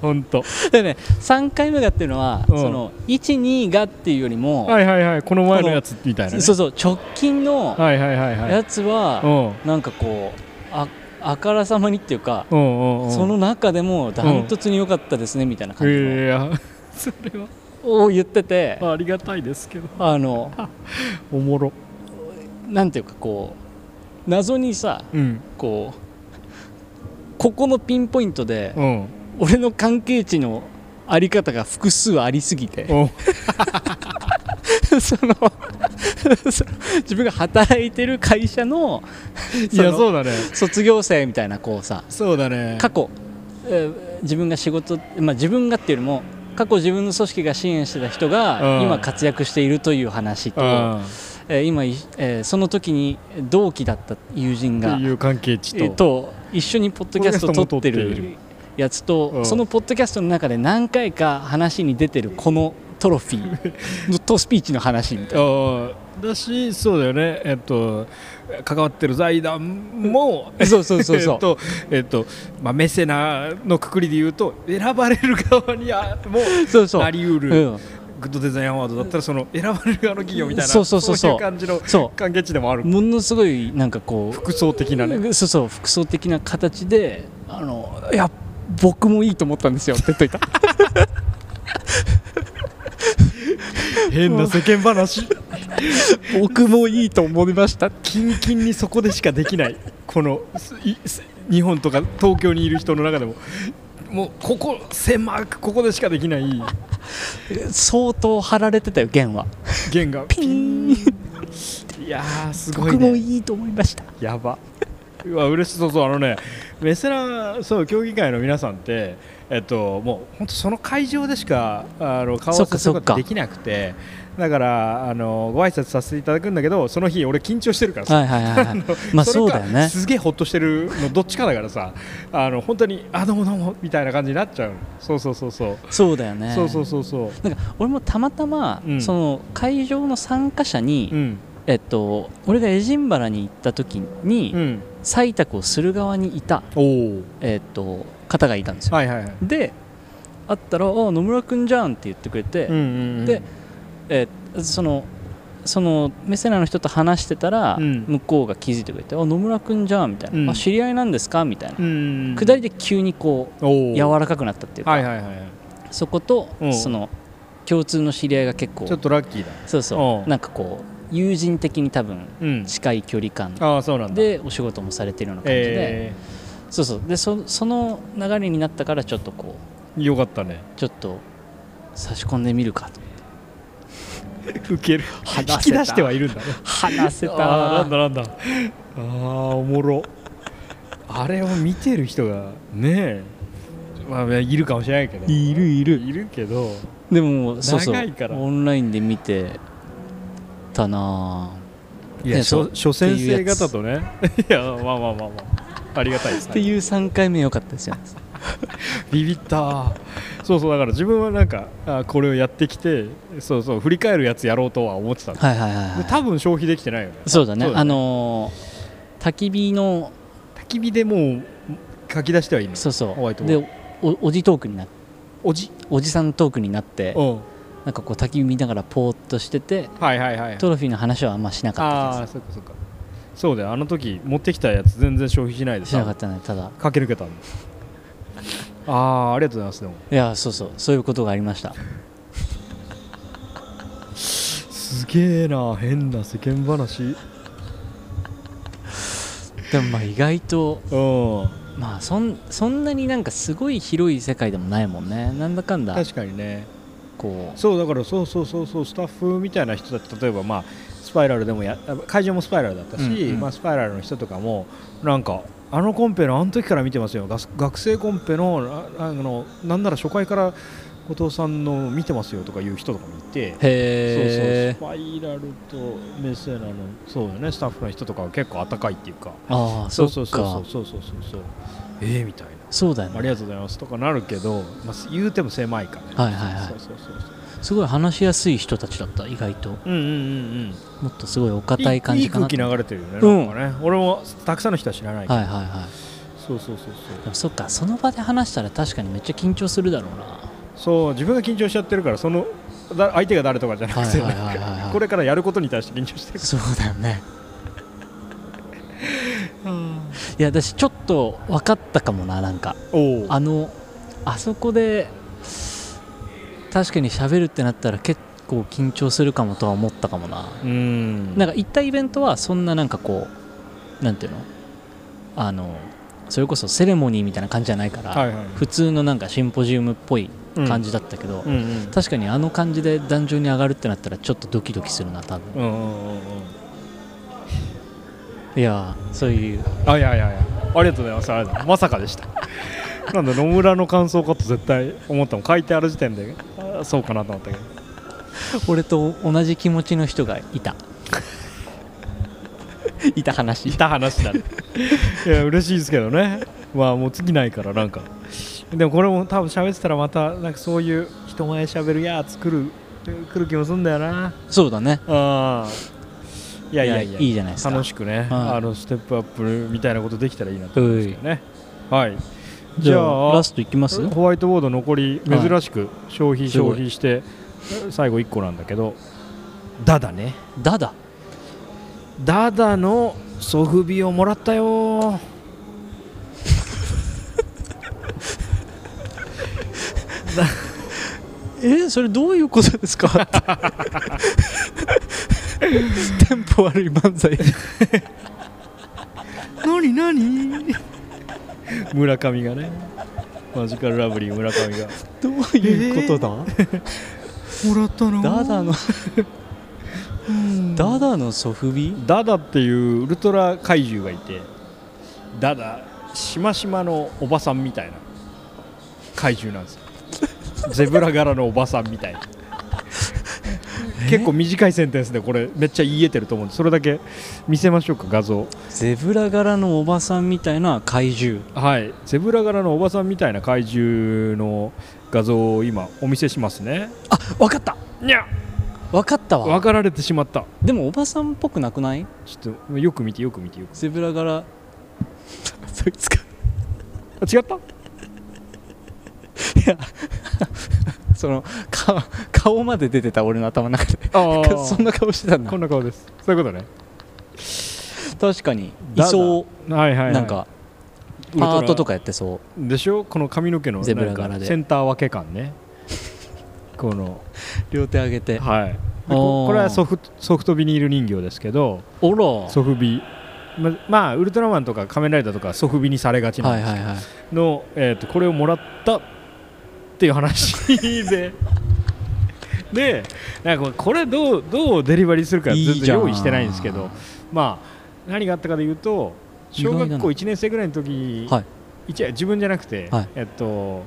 本当
でね3回目がっていうのは、
うん
その12がっていうよりも、
はいはいはいこの前のやつみたいなね
そうそう直近の
はいはいはいはい
やつは、
うん
なんかこうああからさまにっていうか、
うんうんうん
その中でもダントツに良かったですね、みたいな感じ
いやいやそれ
のを言ってて、
はありがたいですけど
あの
おもろ
なんていうかこう謎にさ
うん
こうここのピンポイントで
うん
俺の関係値のあり方が複数ありすぎて
お
そのその自分が働いてる会社の
いや
その
そうだね
卒業生みたいなこうさ
そうだね
過去、えー自分が仕事、まあ、自分がっていうよりも過去自分の組織が支援してた人
うん
が今活躍しているという話と、
あ
えー今、いえーその時に同期だった友人
あっ
が
ていう関係値
えー
と
と一緒にポッドキャストを撮って
ポッドキャストも撮
るやつ
う
と
ん
そのポッドキャストの中で何回か話に出てるこのトロフィーのとスピーチの話みたいな。
ああだしそうだよねえっと関わってる財団も
そうそうそ
え
うそ
っ
う
と、えっとまあ、メセナのくくりで言うと選ばれる側にあも
そうそう
なりうる
うん
グッドデザインアワードだったらその選ばれる側の企業みたいな
そうそうそうそう
いう感じの
そ
関係値でもある
うものすごいなんかこう
服装的なね
そうそう服装的な形であのいや僕もいいと思ったんですよって言っとい た
変な世間話
僕もいいと思いました
キンキンにそこでしかできないこのすいす日本とか東京にいる人の中でももうここ狭くここでしかできない
相当張られてたよ弦は
弦がピンいやーすごい
僕も
ね
いいと思いました
やばうわ嬉しそうそうあのねメセラそう競技会の皆さんってえっともう本当その会場でしかあの顔を合
そ
わ
っか
せる
そ
こ
っか
とできなくてだからあのご挨拶させていただくんだけどその日俺緊張してるからさ
はいはいはい、はい、 まあそ
れ
う
か
だよね
すげえほっとしてるのどっちかだからさあの本当にあどうもどうもみたいな感じになっちゃうのそうそうそうそう、
そうだよね
そうそうそうそう
なんか俺もたまたま、
うん
その会場の参加者に、
うん
えっと、俺がエジンバラに行った時に、
うん
採択をする側にいた、
おお
えっと、方がいたんですよ、
はいはいはい
で会ったら「あ野村君じゃん」って言ってくれて、
うんうんうん
でえーそのそのメセナの人と話してたら、
うん
向こうが気づいてくれて「あ野村君じゃん」みたいな、
うん
あ「知り合いなんですか?」みたいな、
うん
下りで急にこう
おお
柔らかくなったっていうか、
はいはいはいはい
そこと
うん
その共通の知り合いが結構
ちょっとラッキーだ
そうそう
うん
なんかこう友人的に多分
うん
近い距離感
ああそうなんだ
でお仕事もされてるような感じで、
え
そうそうでそその流れになったからちょっとこ
ー、よかったね
うちょっと差し込んでみるかと
受ける
話せ た
引き出してはいるんだね
話せた
あーなんだなんだあーおもろあれを見てる人がねえまあいるかもしれないけどい
いるいる
るけど
でもそうそう
長いから
オンラインで見てたなぁ
い
ね
や
そう
初初先
ってい
生
うやつ
方とねいやまあまあまあまあありがたいです
って
ね
いう3回目良かったですよね
ビビったそうそうだから自分はなんかあこれをやってきてそうそう振り返るやつやろうとは思ってたの
はいはいはい、
で
は
多分消費できてないよね
い、そうだね
そうだね
あのー焚き火の
焚き火でもう書き出してはいいの
そうそ
ホワイト
うでおおじトークにな
おじ
おじさんトークになって
うん
なんかこう焚き火見ながらポーっとしてて
はいはいはい
トロフィーの話はあんましなかった
ああーそっかそっかそうだよあの時持ってきたやつ全然消費しない
で
です
しなかったねただ
駆け抜けたんああーありがとうございますでも
いやそうそうそういうことがありました
すげえな変な世間話
でもまあ意外と
うん
まあそんそんなになんかすごい広い世界でもないもんねなんだかんだ
確かにね
こう
そうだからそうそうそうそうスタッフみたいな人たち例えばまあスパイラルでもや会場もスパイラルだったし、
うんうん
まあ、スパイラルの人とかもなんかあのコンペのあの時から見てますよが学生コンペのああのなんなら初回から後藤さんの見てますよとかいう人とかもいて。
へえ
そうそうスパイラルとメッセーラのそうよねスタッフの人とかは結構温かいっていうか
ああ
そ
そう
そう
っ
そうそ
か
うそうそうそうそうええみたい
そうだよ
なあり
ね
がとうございますとかなるけど、まあ、言うても狭いからね
はいはいはい
そうそうそうそう
すごい話しやすい人たちだった意外と
うんうんうんうん
もっとすごいお堅い感じかない
い空気流れてるよね,、
うん
なんかね俺もたくさんの人は知らないけど、
はいはいはい
そうそうそう
で
そう
もそっかその場で話したら確かにめっちゃ緊張するだろうな
そう自分が緊張しちゃってるからそのだ相手が誰とかじゃなくて、
はいはいはいはいはい
これからやることに対して緊張してる
そうだよねいや私ちょっと分かったかもななんか
お
あのあそこで確かに喋るってなったら結構緊張するかもとは思ったかもな
うん
なんか行ったイベントはそんななんかこうなんていうのあのそれこそセレモニーみたいな感じじゃないから、
はいはい
普通のなんかシンポジウムっぽい感じだったけど、
うんうん
確かにあの感じで壇上に上がるってなったらちょっとドキドキするな多分
うんうんうんうん
いやーそういう
あいやいやいやありがとうございますありがとうございますまさかでした なんだ野村の感想かと絶対思ったもん書いてある時点であそうかなと思ったけど
俺と同じ気持ちの人がいたいた話
いた話だ、ね、 いや嬉しいですけどねまあもう尽きないからなんかでもこれも多分喋ってたらまたなんかそういう人前喋るやつ来る来る気もするんだよな
そうだね
あーいやいや
い
いや
やいいじゃないですか
楽しくね、
はい
あのステップアップみたいなことできたらいいなと思うんですけどねはいじゃあ
ラストいきます
ホワイトボード残り
はい
珍しく消費
すごい
消費して最後1個なんだけどダダね
ダダ
ダダのソフビをもらったよ
えーそれどういうことですかテンポ悪い漫才
何何村上がねマジカルラブリー村上が
どういうことだ、
もらったの
ダダのダダのソフビ
ダダっていうウルトラ怪獣がいてダダしましまのおばさんみたいな怪獣なんですよゼブラ柄のおばさんみ たいな結構短いセンテンスでこれめっちゃ言えてると思うんでそれだけ見せましょうか画像
ゼブラ柄のおばさんみたいな怪獣
はいゼブラ柄のおばさんみたいな怪獣の画像を今お見せしますね
あわかった
にゃ
わかったわ
分かられてしまった
でもおばさんっぽくなくない
ちょっとよく見てよく見てよく
ゼブラ柄そいつか
あ違った
そのか顔まで出てた俺の頭の中で
あ
そんな顔してたんだ
こんな顔ですそういうことね
確かにい
だ
そ
はいはい、は
う
い、
なんか
ウルトラ
パートとかやってそ
でしょこの髪の毛の
ゼブラ
なん
柄
か
で
センター分け感 ねこの
う両手上げて
はいで
あ
こ
ー
これはソフトソフトビニール人形ですけど
おろ
ソフビままあウルトラマンとか仮面ライダーとかソフビにされがち
は
ない
はいはい
の、えー、とこれをもらったっていう 話ででなんかこれどうどうデリバリーするか
いい
全
じゃ
然
ん
用意してないんですけどまあ何があったかで言うと
意外
小
だな
学校1年生ぐらいの時に、
はい
一自分じゃなくて、
はい
えっと、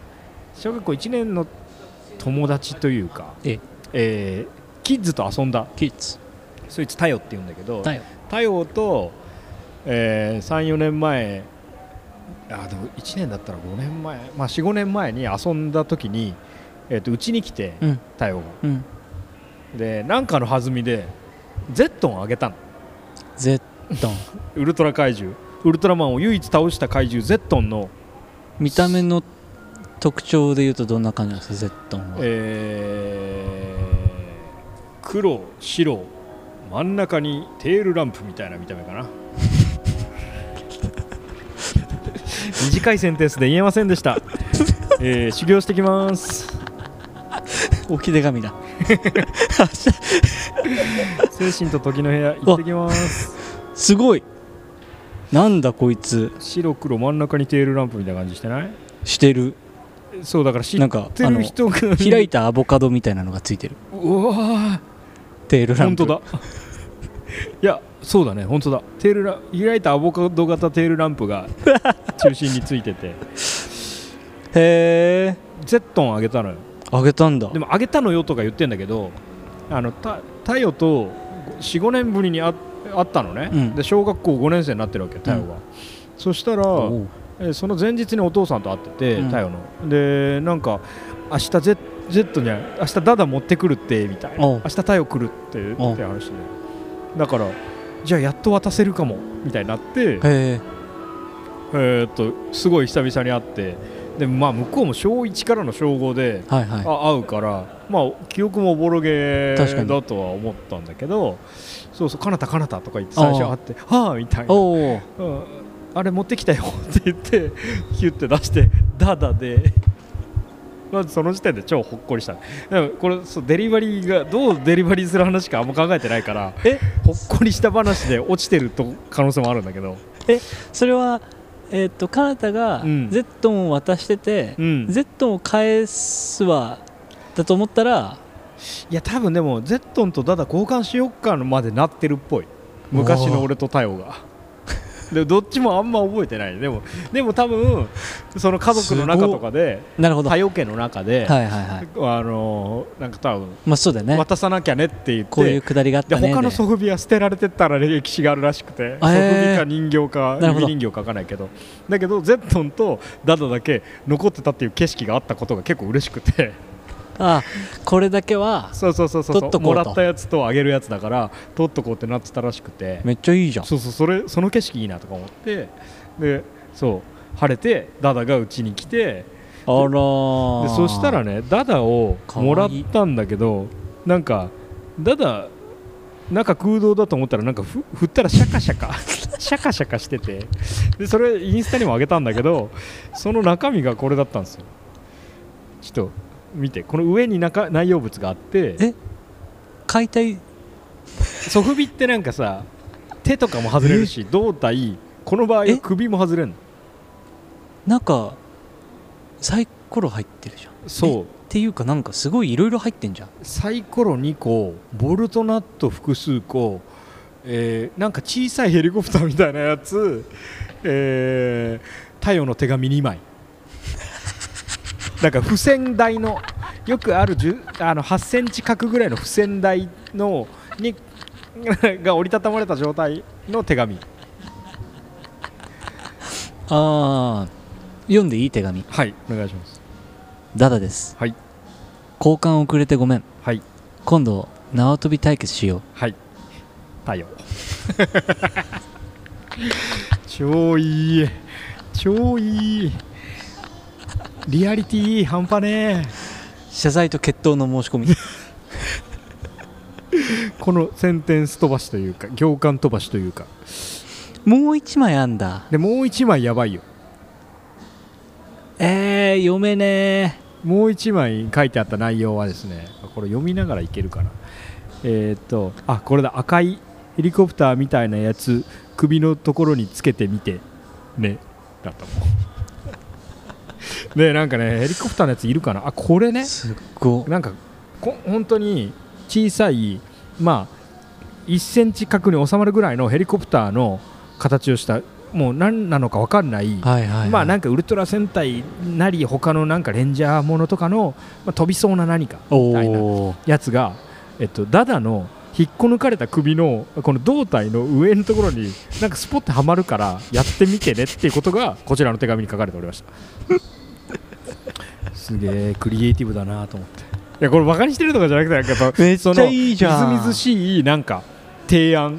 小学校1年の友達というか
え
えーキッズと遊んだ
キッズ
そいつタヨって言うんだけど
だよ
太陽と、え34年前あでも1年だったら5年前、まあ、45年前に遊んだ時にえっとうち、に来て
うん
太陽が
うん
でなんかの弾みでゼットンをあげたの
ゼットン
ウルトラ怪獣ウルトラマンを唯一倒した怪獣ゼットンの、
見た目の特徴で言うとどんな感じなんですかゼットンは、
えー黒白真ん中にテールランプみたいな見た目か な短いセンテンスで言えませんでした、えー修行してきます
置き手紙だ
精神と時の部屋行ってきます
すごいなんだこいつ
白黒真ん中にテールランプみたいな感じしてない
してる
そうだから知っ
なんか
てる人が
開いたアボカドみたいなのがついてる
うわー
テールラ
本
ンプ
当だいやそうだね本当だテールラ開いたアボカド型テールランプが中心についてて
へえ
ゼットンあげたのよ
あげたんだ
でもあげたのよとか言ってんだけどあのた太陽と45年ぶりにあ会ったのね、
うん
で小学校5年生になってるわけ太陽が、そしたら
おう
えーその前日にお父さんと会ってて、
うん
太陽のでなんか明日ゼゼットに明日ダダ持ってくるってみたいな
おう
明日太陽来るってって
おう
話でだからじゃあやっと渡せるかもみたいになって
へえ
えーっとすごい久々に会ってでまあ向こうも小1からの小5で
はいはい
あ会うから、まあ、記憶もおぼろげ
確かに
だとは思ったんだけどそうそう、かなたかなたとか言って最初会って、はあみたいな、
おお
うんあれ持ってきたよって言って、ヒュって出して、ダダで、 まずその時点で超ほっこりした、でもこれそう、デリバリーが、どうデリバリーする話かあんま考えてないから、
え
ほっこりした話で落ちてると可能性もあるんだけど、
それはえーっとカナタが
うん
ゼットンを渡してて、
うん
ゼットンを返すわだと思ったら
いや、多分でも、ゼットンとダダ交換しよっかのまでなってるっぽい。昔の俺と太陽がでもどっちもあんま覚えてないでもでも多分その家族の中とかで
なるほ
太
どはい
陽家の中で、
はいはい
あのーなんか多分
まあそうだよね
渡さなきゃねって言って
こういうくだりがあっ
で
たね
他の
で
ソフビは捨てられてったら歴史があるらしくて、
あ
ソフ
へー
ビか人形か
なるほ
指
ど
人形かわかんないけどだけどゼットンとダダだけ残ってたっていう景色があったことが結構嬉しくて
あこれだけは
そうそうそうそう
取っとこ
も
うと
らったやつとあげるやつだから取っとこうってなってたらしくて
めっちゃいいじゃん
そうそうそれその景色いいなとか思ってでそう晴れてダダがうちに来て
あらー
でそしたらねダダをもらったんだけどなんかダダ中空洞だと思ったらなんかふ振ったらシャカシャ カシャカシャカしててでそれインスタにも上げたんだけどその中身がこれだったんですよちょっと見てこの上に中内容物があって
え解体
ソフビってなんかさ手とかも外れるし胴体この場合は首も外れるの
なんかサイコロ入ってるじゃんっ
そう
ていうかなんかすごいいろいろ入ってんじゃん
サイコロ2個ボルトナット複数個、えーなんか小さいヘリコプターみたいなやつ、えー太陽の手紙2枚なんか付箋台のよくある10あの8センチ角ぐらいの付箋台のに が折りたたまれた状態の手紙
ああ読んでいい手紙
はいお願いします
ダダです
はい
交換遅れてごめん
はい
今度縄跳び対決しよう
はい太陽 超いい超いいリアリティ半端ね
謝罪と決闘の申し込み
えこのセンテンス飛ばしというか行間飛ばしというか
もう一枚あんだ
でもう一枚やばいよ
えー、読めね
もう一枚書いてあった内容はですねこれ読みながらいけるかなえー、っとあこれだ赤いヘリコプターみたいなやつ首のところにつけてみてねだったもんでなんか ねヘリコプターのやついるかなあこれ
ー
ね
すっご
なんかこ本当に小さいまあ1センチ角に収まるぐらいのヘリコプターの形をしたもう何なのか分かんない
はいはい、はい、
まあなんんかウルトラ戦隊なり他のなんかレンジャーものとかの、まあ、飛びそうな何かみたいな
おー
やつが、えっと、ダダの引っこ抜かれた首のこの胴体の上のところになんかスポッてはまるからやってみてねっていうことがこちらの手紙に書かれておりました すげえクリエイティブだなと思っていやこれバカにしてるとかじゃなくてなんかやっぱ
めっち
そ
ゃ
の
いいじゃん
みずみずしいなんか提案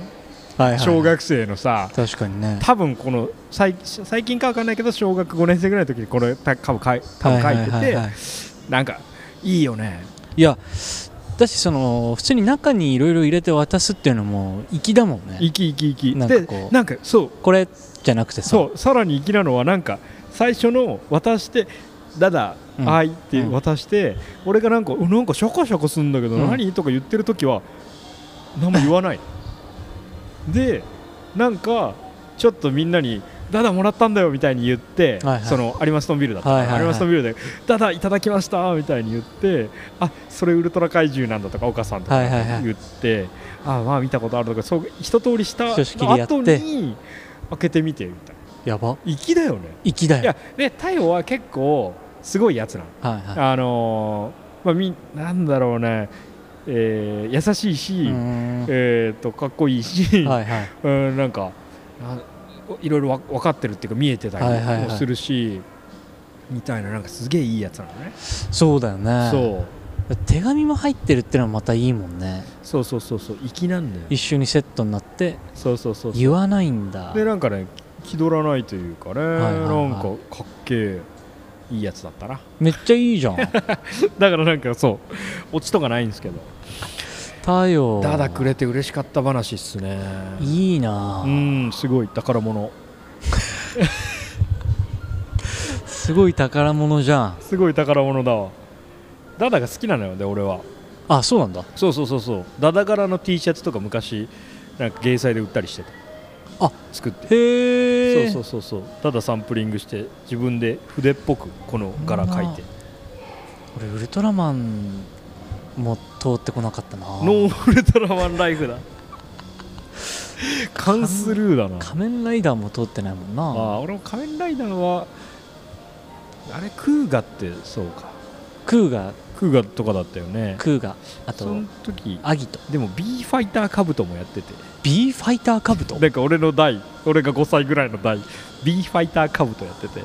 はいはい
小学生のさ
確かにね
多分この最最近か分かんないけど小学5年生ぐらいの時にこれた多分かい多分書いてて、
はいはいはいはい
なんかいいよね
いやだしその普通に中にいろいろ入れて渡すっていうのも粋だもんね
生き生き生き
なんか
で
こう
なんかそう
これじゃなくてさ
そうさらに粋なのはなんか最初の渡して「ダダ、
うん
はい」って
うん
渡して、俺がなんか「うんなんかシャカシャカすんだけど
うん
何?とか言ってる 時は何も言わないでなんかちょっとみんなに「ダダもらったんだよ」みたいに言って、
はいはい
そのアリマストンビルだったから、
はいはいは
ア
い
リマストンビルで「ダダいただきました」みたいに言って「あそれウルトラ怪獣なんだ」とか岡さんとか
はいはいはい
言って「あまあ見たことある」とかそう一通りした
ひとしきりやって
後に開けてみてみたいな
やば
粋だよね
粋だ
い
よ
やで太陽は結構すごいやつなの
はいは
あのーまあみなんだろうね、えー優しい
い
し、
うーんは
えー、とかっこいいし、
いはい
うんなんかなおいろいろわ分かってるっていうか見えてた
はいはいは
り
い
もするし、みたいななんかすげえいいやつなのね、
そうだよね
そう
手紙も入ってるってのはまたいいもんね
そうそうそうそう粋なんだよ
一緒にセットになって
そうそうそうそう
言わないんだ
でなんかね気取らないというかね、
いはいはい
なんかかっけえいいやつだったな
めっちゃい いじゃん
だからなんかそうオチとかないんですけど
太陽
ただくれて嬉しかった話っすね
いいなあ
うんすごい宝物
すごい宝物じゃん
すごい宝物だわダダが好きなのよね俺は
あそうなんだ
そうそうそうそうダダ柄の T シャツとか昔なんか芸祭で売ったりしてた
あ
作って
へえ
そうそうそうそうただサンプリングして自分で筆っぽくこの柄描いて
俺ウルトラマンも通ってこなかったな
ノーウルトラマンライフ だカンスルーだな
仮面ライダーも通ってないもん
あ
な
あ俺も仮面ライダーはあれクーガってそうか
クーガ
クーガとかだったよね
クーガあ
そ
と
の時
アギト
でも B ファイターカブトもやってて
B ファイターカブト
なんか俺の代俺が5歳ぐらいの代 B ファイターカブトやってて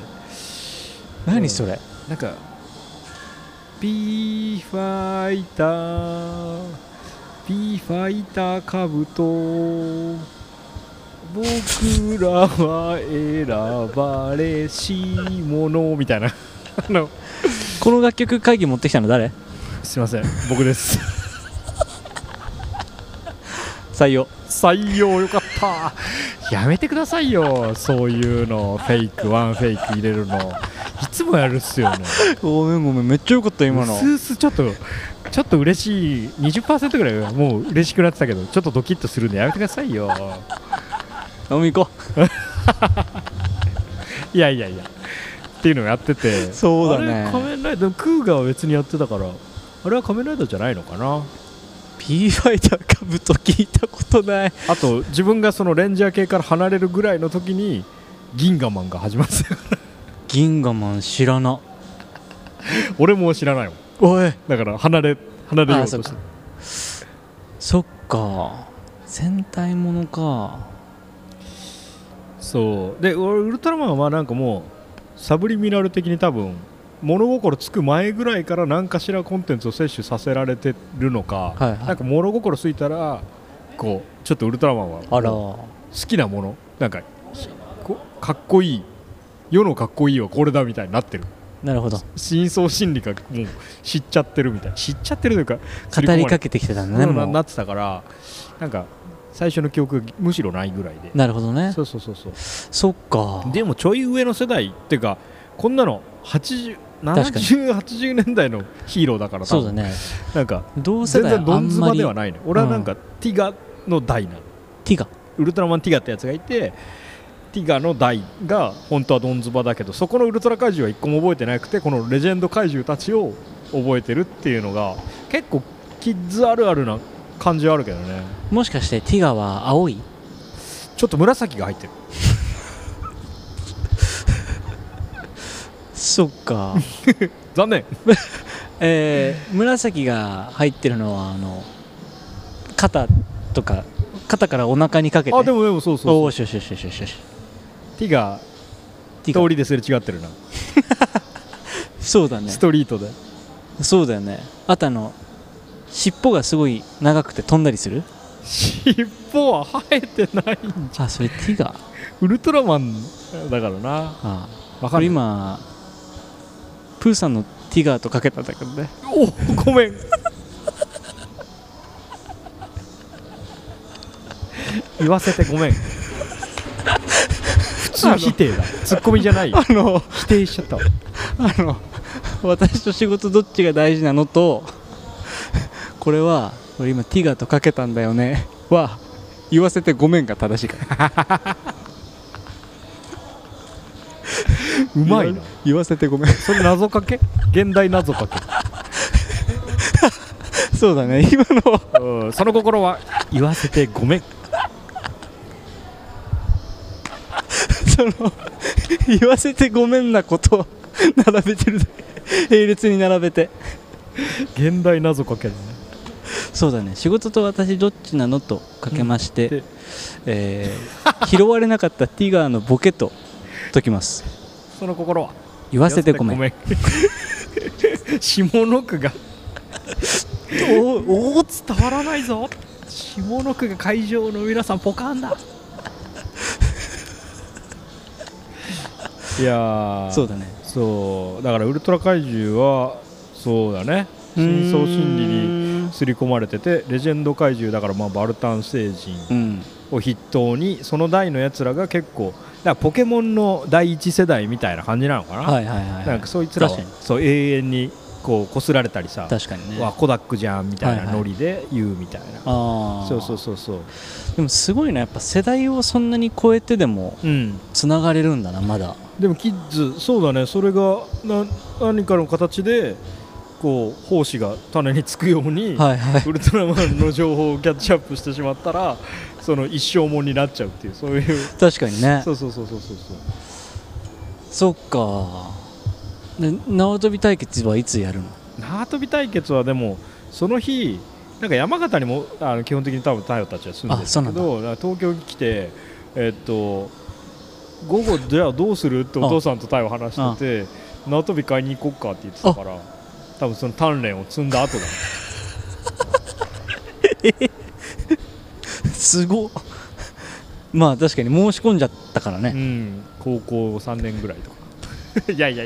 何それ
なんか B ファイター B ファイターカブト僕らは選ばれし者みたいな あの
この楽曲会議持ってきたの誰
すいません僕です
採用
採用よかったやめてくださいよそういうのフェイクワンフェイク入れるのいつもやるっすよね
ごめんごめんめっちゃよかった今の
スースちょっとちょっと嬉しい20%ぐらいもう嬉しくなってたけどちょっとドキッとするんでやめてくださいよ
飲み行こ
いやいやいやっていうのをやってて
うそう
あ
だ
れ仮
ね
面ライダークーガーは別にやってたからあれは仮面ライダーじゃないのかな
B ファイターカブト聞いたことない
あと自分がそのレンジャー系から離れるぐらいの時に銀河マンが始まってた
銀河マン知らな
俺も知らないもん
おい
だから離れ離れよう
あ
と
そっ
して
かそっか戦隊ものか
そうで俺ウルトラマンはなんかもうサブリミナル的に多分物心つく前ぐらいから何かしらコンテンツを摂取させられてるのか、
はいはい
なんか物心ついたらこうちょっとウルトラマンは
あら
好きなものなんかひこかっこいい世のかっこいいはこれだみたいになってる
なるほど
深層心理がもう知っちゃってるみたい知っちゃってるというか
語りか
け
けてきてたんだね
な
も
なな
う
ってたからなんか最初の記憶がむしろないぐらいで
なるほどね
そうそうそうそう
そっか
でもちょい上の世代っていうかこんなの80
確かに
7080年代のヒーローだから多
そ
分
うだね
なんか
同世
全
代
然
あ
ど
ん
んず
ま
ば
り
ではないね俺はなんかティガの代なの
ティガ
ウルトラマンティガってやつがいてティガの代が本当はどんずばだけどそこのウルトラ怪獣は一個も覚えてなくてこのレジェンド怪獣たちを覚えてるっていうのが結構キッズあるあるな感じはあるけどね
もしかしてティガは青い
ちょっと紫が入ってる
そっか
残念
えー、紫が入ってるのはあの肩とか肩からお腹にかけて
あでもでもそうそう
お
そう
おしよしよしよしよしよし
ティガ
ティ
通
ガ
りですれ違ってるな
そうだね
ストリート で
そうだよねあとあの尻尾がすごい長くて飛んだりする
尻尾は生えてない
あそれティガ
ウルトラマンだからな
あ
わ
こ
か
れ
る
今プーさんのティガーとかけたんだけどね
おごめん言わせてごめん普通否定だツッコミじゃない
あの
否定しちゃったわ
あの私と仕事どっちが大事なのとこれは俺今ティガーとかけたんだよねは言わせてごめんが正しいから
うまい
言
な
わ言わせてごめん
それ謎かけ現代謎かけ
そうだね今の
うんその心は言わせてごめん
その言わせてごめんなことを並べてるだけ並列に並べて
現代謎かけだね
そうだね仕事と私どっちなのとかけまして、
うんで
えー拾われなかったティガーのボケと解きます
その心は
言わせてごめん
言わせてごめん 下の句がおお伝わらないぞ下の句が会場の皆さんポカンだいやー
そうだね
そうだからウルトラ怪獣はそうだね深層心理に
に
刷り込まれててレジェンド怪獣だからまあバルタン星人
うん
を筆頭にその代のやつらが結構だからポケモンの第一世代みたいな感じなのかな、
はいはいはい、
なんかそいつら
だわ
そう永遠にこう擦られたりさ
確かにね
わコダックじゃんみたい
はい
な
はい
ノリで言うみたいな、
ああ
そうそうそうそう
でもすごいなやっぱ世代をそんなに超えてでも
うん
つながれるんだなまだ
でもキッズそうだねそれがな何かの形でこう胞子が種につくように、
はいはい
ウルトラマンの情報をキャッチアップしてしまったらその一生もんになっちゃうっていうそうい う
確かにね
そうそうそうそうそうそう
そっかで縄跳び対決はいつやるの
縄跳び対決はでもその日なんか山形にもあの基本的に多分太陽たちは住んで
あそう
る
なんん
だけ
だ
どだから東京に来てえっと午後じゃあどうするってお父さんと太陽話してて縄跳び買いに行こっかって言ってたから多分その鍛錬を積んだ後だね
すごっまあ確かに申し込んじゃったから
う
ね、
ん高校3年ぐらいとか いやいや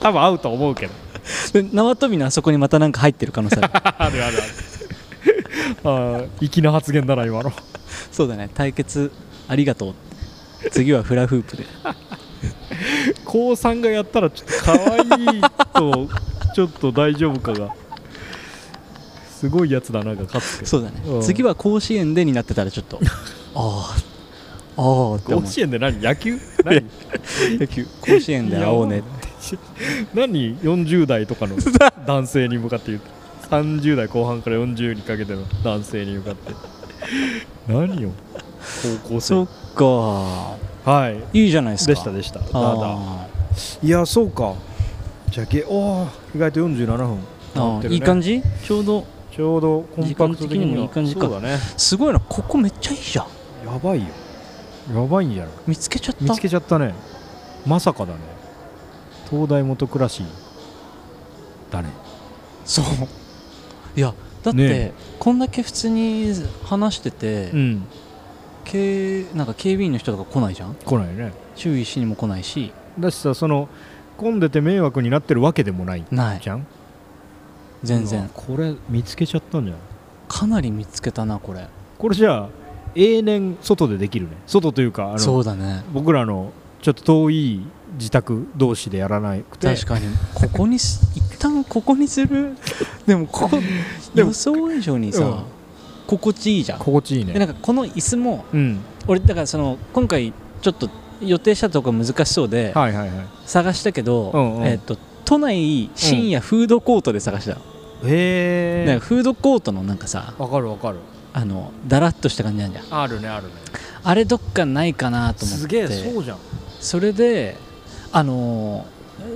多分合うと思うけど
で縄跳びのあそこにまたなんか入ってる可能性ある
あるある あるあー粋な発言だな今の
そうだね対決ありがとう次はフラフープで
高3がやったらちょっと可愛いとちょっと大丈夫かがすごいやつだなが勝つけど
そうだね、
うん
次は甲子園でになってたらちょっ とああああって思
甲
う
子園で何野球何
野 球甲子園で会おうね
何40代とかの男性に向かって言う30代後半から40にかけての男性に向かって何よ高校
そ
生
っか
はい
いいじゃないですか
でしたでしただだ
あ
いやそうかじゃあげおー意外と47分
あああ
なってるね
いい感じちょうど
ちょうどコンパクト的には
時間的にもいい感じか
そうだね
すごいなここめっちゃいいじゃん
やばいよやばいんやろ
見つけちゃった
見つけちゃったねまさかだね東大元暮らしだね
そういやだって、
ねえ
こんだけ普通に話してて、
ん
警なんか警備員の人とか来ないじゃん
来ないね
注意しにも来ないし
だしさその混んでて迷惑になってるわけでもない
ない
じゃん
全
うわ
然
これ見つけちゃったんじゃない
かなり見つけたなこれ
これじゃあ永年外でできるね外というかあ
そ
の
うだね
僕らのちょっと遠い自宅同士でやらなくて
確かにここ にす一旦ここにするでもここ
でも
予想以上にさ、
うん
心地いいじゃん
心地いい
でな
ね
んかこの椅子も
うん
俺だからその今回ちょっと予定したとこ難しそうで
はいはいはい
探したけど、
うんうん
えっと都内深夜フードコートで探した、
へ
なんかフードコートのなんかさ
わかるわかる
あのだらっとした感じなんじゃん
あるねあるね
あれどっかないかなと思って
すげえそうじゃん
それであの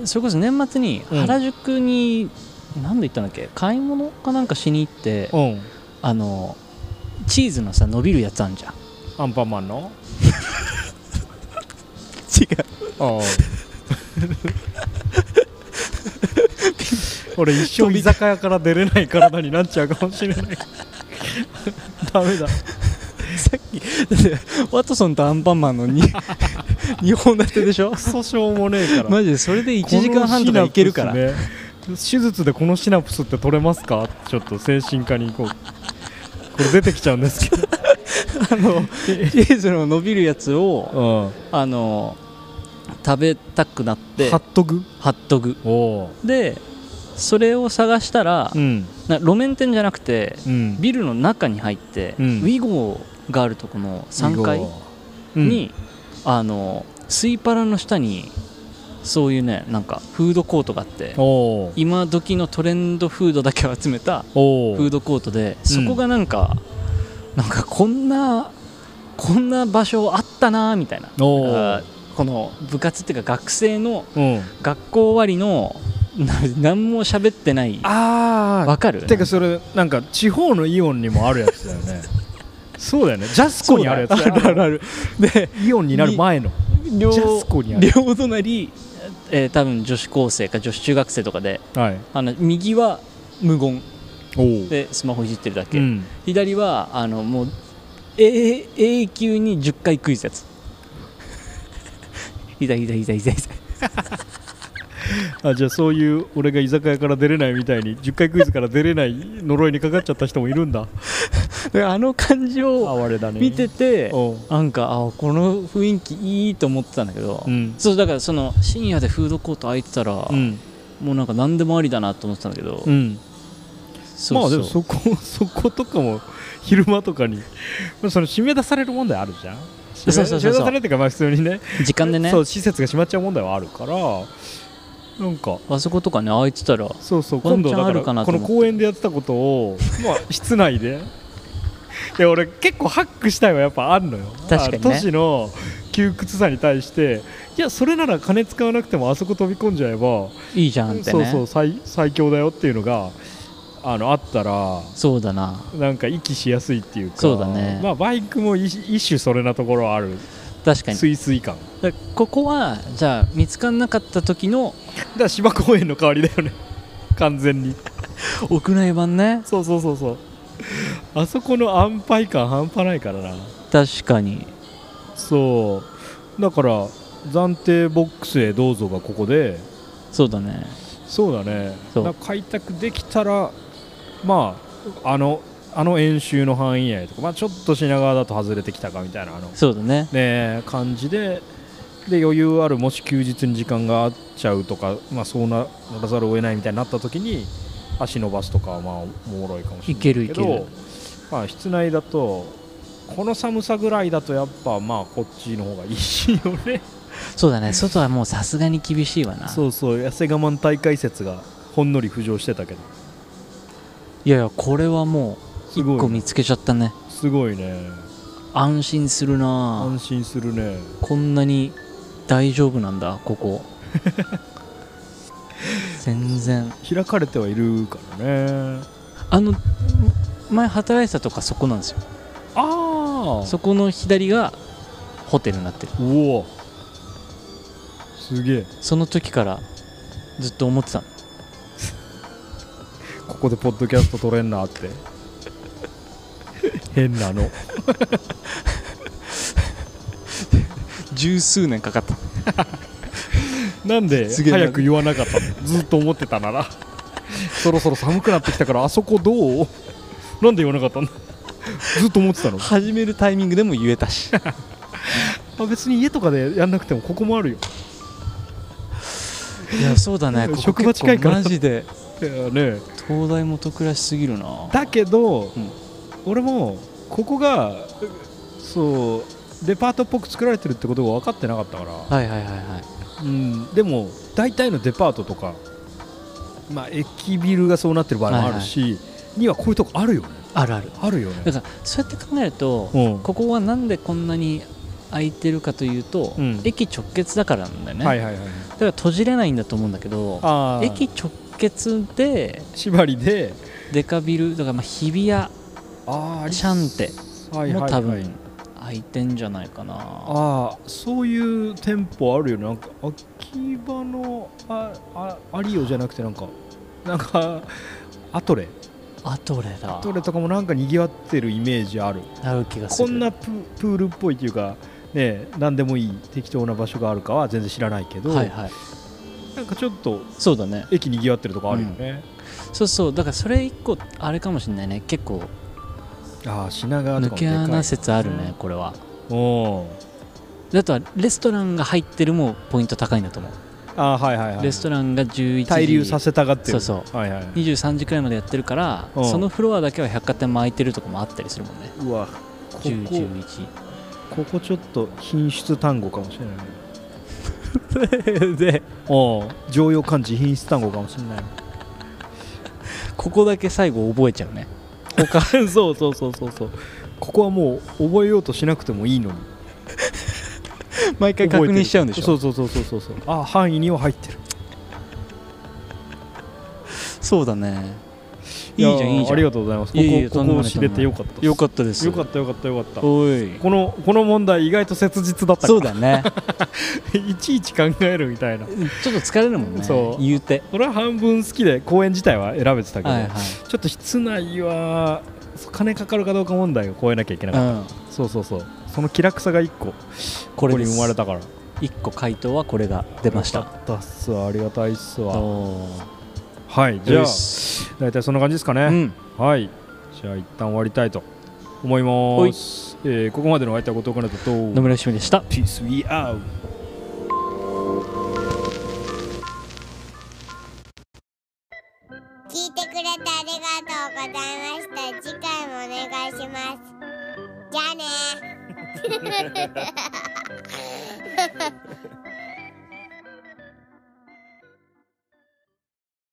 ーそれこそ年末に
うん
原宿に、なんで行ったんだっけ買い物かなんかしに行って、
うん
あのーチーズのさ伸びるやつ あんじゃん
アンパンマンの
違う
ああ俺一生居酒屋から出れない体になっちゃうかもしれないダメだ
さっきだってワトソンとアンパンマンのに2本立てでしょ
クソしょうもねえから
マジでそれで1時間半とかいけるから、
このシナプスね手術でこのシナプスって取れますかちょっと精神科に行こうこれ出てきちゃうんです けど
あのチーズの伸びるやつを
うん
あの食べたくなって
ハットグ
ハットグ
おお
でそれを探したら、
うん
な路面店じゃなくて
うん
ビルの中に入って、
うん
ウィゴーがあるとこの3階
うん
に、あのスイパラの下にそういうねなんかフードコートがあって
おー
今時のトレンドフードだけを集めた
お
フードコートでそこがなんか、なんかこんなこんな場所あったなみたいな
おー
あーこの部活っていうか学生の
うん
学校終わりのな何も喋ってない
あ
わかる
てかそれなんか地方のイオンにもあるやつだよ ねそうだよねジャスコにあるやつ
そうだあるあるあるで
イオンになる前の
両
ジャスコにある
両隣、えー多分女子高生か女子中学生とかで
はい
あの右は無言
おお
でスマホいじってるだけ、
うん
左はあのもう永永久に10回クイズやつ 左左左左左
あじゃあそういう俺が居酒屋から出れないみたいに10回クイズから出れない呪いにかかっちゃった人もいるんだ
であの感じを
哀れだね
見てて
おう
なんかあこの雰囲気いいと思ってたんだけど、
うん
そうだからその深夜でフードコート空いてたら、
うん
もうなんか何でもありだなと思ってたんだけど、
うん
そうそう
まあでもそこ そことかも昼間とかにまあその締め出される問題あるじゃん
そうそうそうそう
締め出されるっていうかまあ普通にね
時間でね
そう施設が閉まっちゃう問題はあるからなんか
あそことかね空いてたら
そうそう
ワン
今
チ
度だ
ャン
か
あるからなと
こ
思
の
って
公園でやってたことをまあ室内 でいや俺結構ハックしたいはやっぱあんのよ
確かにね
あ都市の窮屈さに対していやそれなら金使わなくてもあそこ飛び込んじゃえば、
いいじゃんってね
そうそう最最強だよっていうのがあのあったら
そうだな
なんか息しやすいっていうか
そうだね
まあ、バイクも一一種それなところある
確かに
スイスイ感
だからここはじゃあ見つからなかった時の
だから芝公園の代わりだよね 完全に
屋内版ね
そうそうそうそうあそこの安牌感半端ないからな
確かに
そうだから暫定ボックスへどうぞがここで
そうだね
そうだね
そう
だから開拓できたらまああのあの演習の範囲内とか、まあ、ちょっと品川だと外れてきたかみたいなあの
そうだね
ね感じでで余裕あるもし休日に時間があっちゃうとか、まあ、そうならざるを得ないみたいになった時に足伸ばすとかはまあおもろいかもしれないけ
いけるいける
ど、まあ、室内だとこの寒さぐらいだとやっぱまあこっちの方がいいよね
そうだね外はもうさすがに厳しいわな
そうそう痩せ我慢大会説がほんのり浮上してたけど
いやいやこれはもう
す
一個
ごい
見つけちゃったね
すごいね
安心するな
安心するね
こんなに大丈夫なんだここ 全然
開かれてはいるからね
あの前働いてたとかそこなんですよ
ああ
そこの左がホテルになってる
おおすげえ
その時からずっと思ってたの
ここでポッドキャスト撮れんなって変なの
十数年かかった
なんです
げえな
早く言わなかったのずっと思ってたならそろそろ寒くなってきたからあそこどうなんで言わなかったのずっと思ってたの
始めるタイミングでも言えた し
あ別に家とかでやんなくてもここもあるよ
いやそうだ ねここ
職場近いから
結構マジで
いやね
東大元暮らしすぎるな
だけど、
うん
俺もここがそうデパートっぽく作られてるってことが分かってなかったから
はいはいはいはい
うん、でも大体のデパートとか、まあ、駅ビルがそうなってる場合もあるし、にはこういうとこあるよね
あるある
あるよ
だ
ね
からそうやって考えると、
うん
ここはなんでこんなに空いてるかというと、
うん
駅直結だからなんだよね、
はいはいはい
だから閉じれないんだと思うんだけど
あー
駅直結で
縛りで
デカビルだからまあ日比谷
あーあり
シャンテ
はいはい
も
はい
多分空いてんじゃないかな
ああそういう店舗あるよねなんか秋葉のああアリオじゃなくてなんかなんかアトレ
アトレだ
アトレとかもなんかにぎわってるイメージある
なる気がす
こ
る
んなププールっぽいというかね何でもいい適当な場所があるかは全然知らないけど、
はいはい
なんかちょっと
そうだね
駅にぎわってるとこあるよね、
そうそうだからそれ一個あれかもしれないね結構
ああ品川と
抜
かもで
け
かい
穴説あるねこれは
お
であとはレストランが入ってるもポイント高いんだと思う、
ああはいはいはい
レストランが11時
滞留させたがってる
そう
はいはい
23時くらいまでやってるから
うん
そのフロアだけは百貨店も空いてるとこもあったりするもん
う
ね
わここ
1011
ここちょっと品質単語かもしれない
で
お常用漢字品質単語かもしれない
ここだけ最後覚えちゃうね
他 そうそうそうそうそうここはもう覚えようとしなくてもいいのに
毎回確認しちゃうんでしょ
そうそうそうそうそうそうあ範囲には入ってる
そうだねいいじゃんいいじゃん
ありがとうございますこ
いえいえ
こと
んで
こ
も
を
ない
知れてよかったです
よかったです
よかったよかったよかったこ
おい
のこの問題意外と切実だったから
そうだね
いちいち考えるみたいな
ちょっと疲れるもんね
そう
言うて
それは半分好きで公演自体は選べてたけど、
はいはい
ちょっと室内はそう金かかるかどうか問題を超えなきゃいけな
う
かっ
ん、
た、そうそうそうその気楽さが1個こ
これ
こ
で
に
す
生まれたから
1個回答はこれが出まし
よか
た
ったっすわありがたいっすわ
おー
はいじゃあ
よし
大体そんな感じですかね、
うん
はいじゃあ一旦終わりたいと思います、えーここまでのお相手は後藤かなと
野
と
村しみでした
Peace we out
聞いてくれてありがとうございました次回もお願いしますじゃあね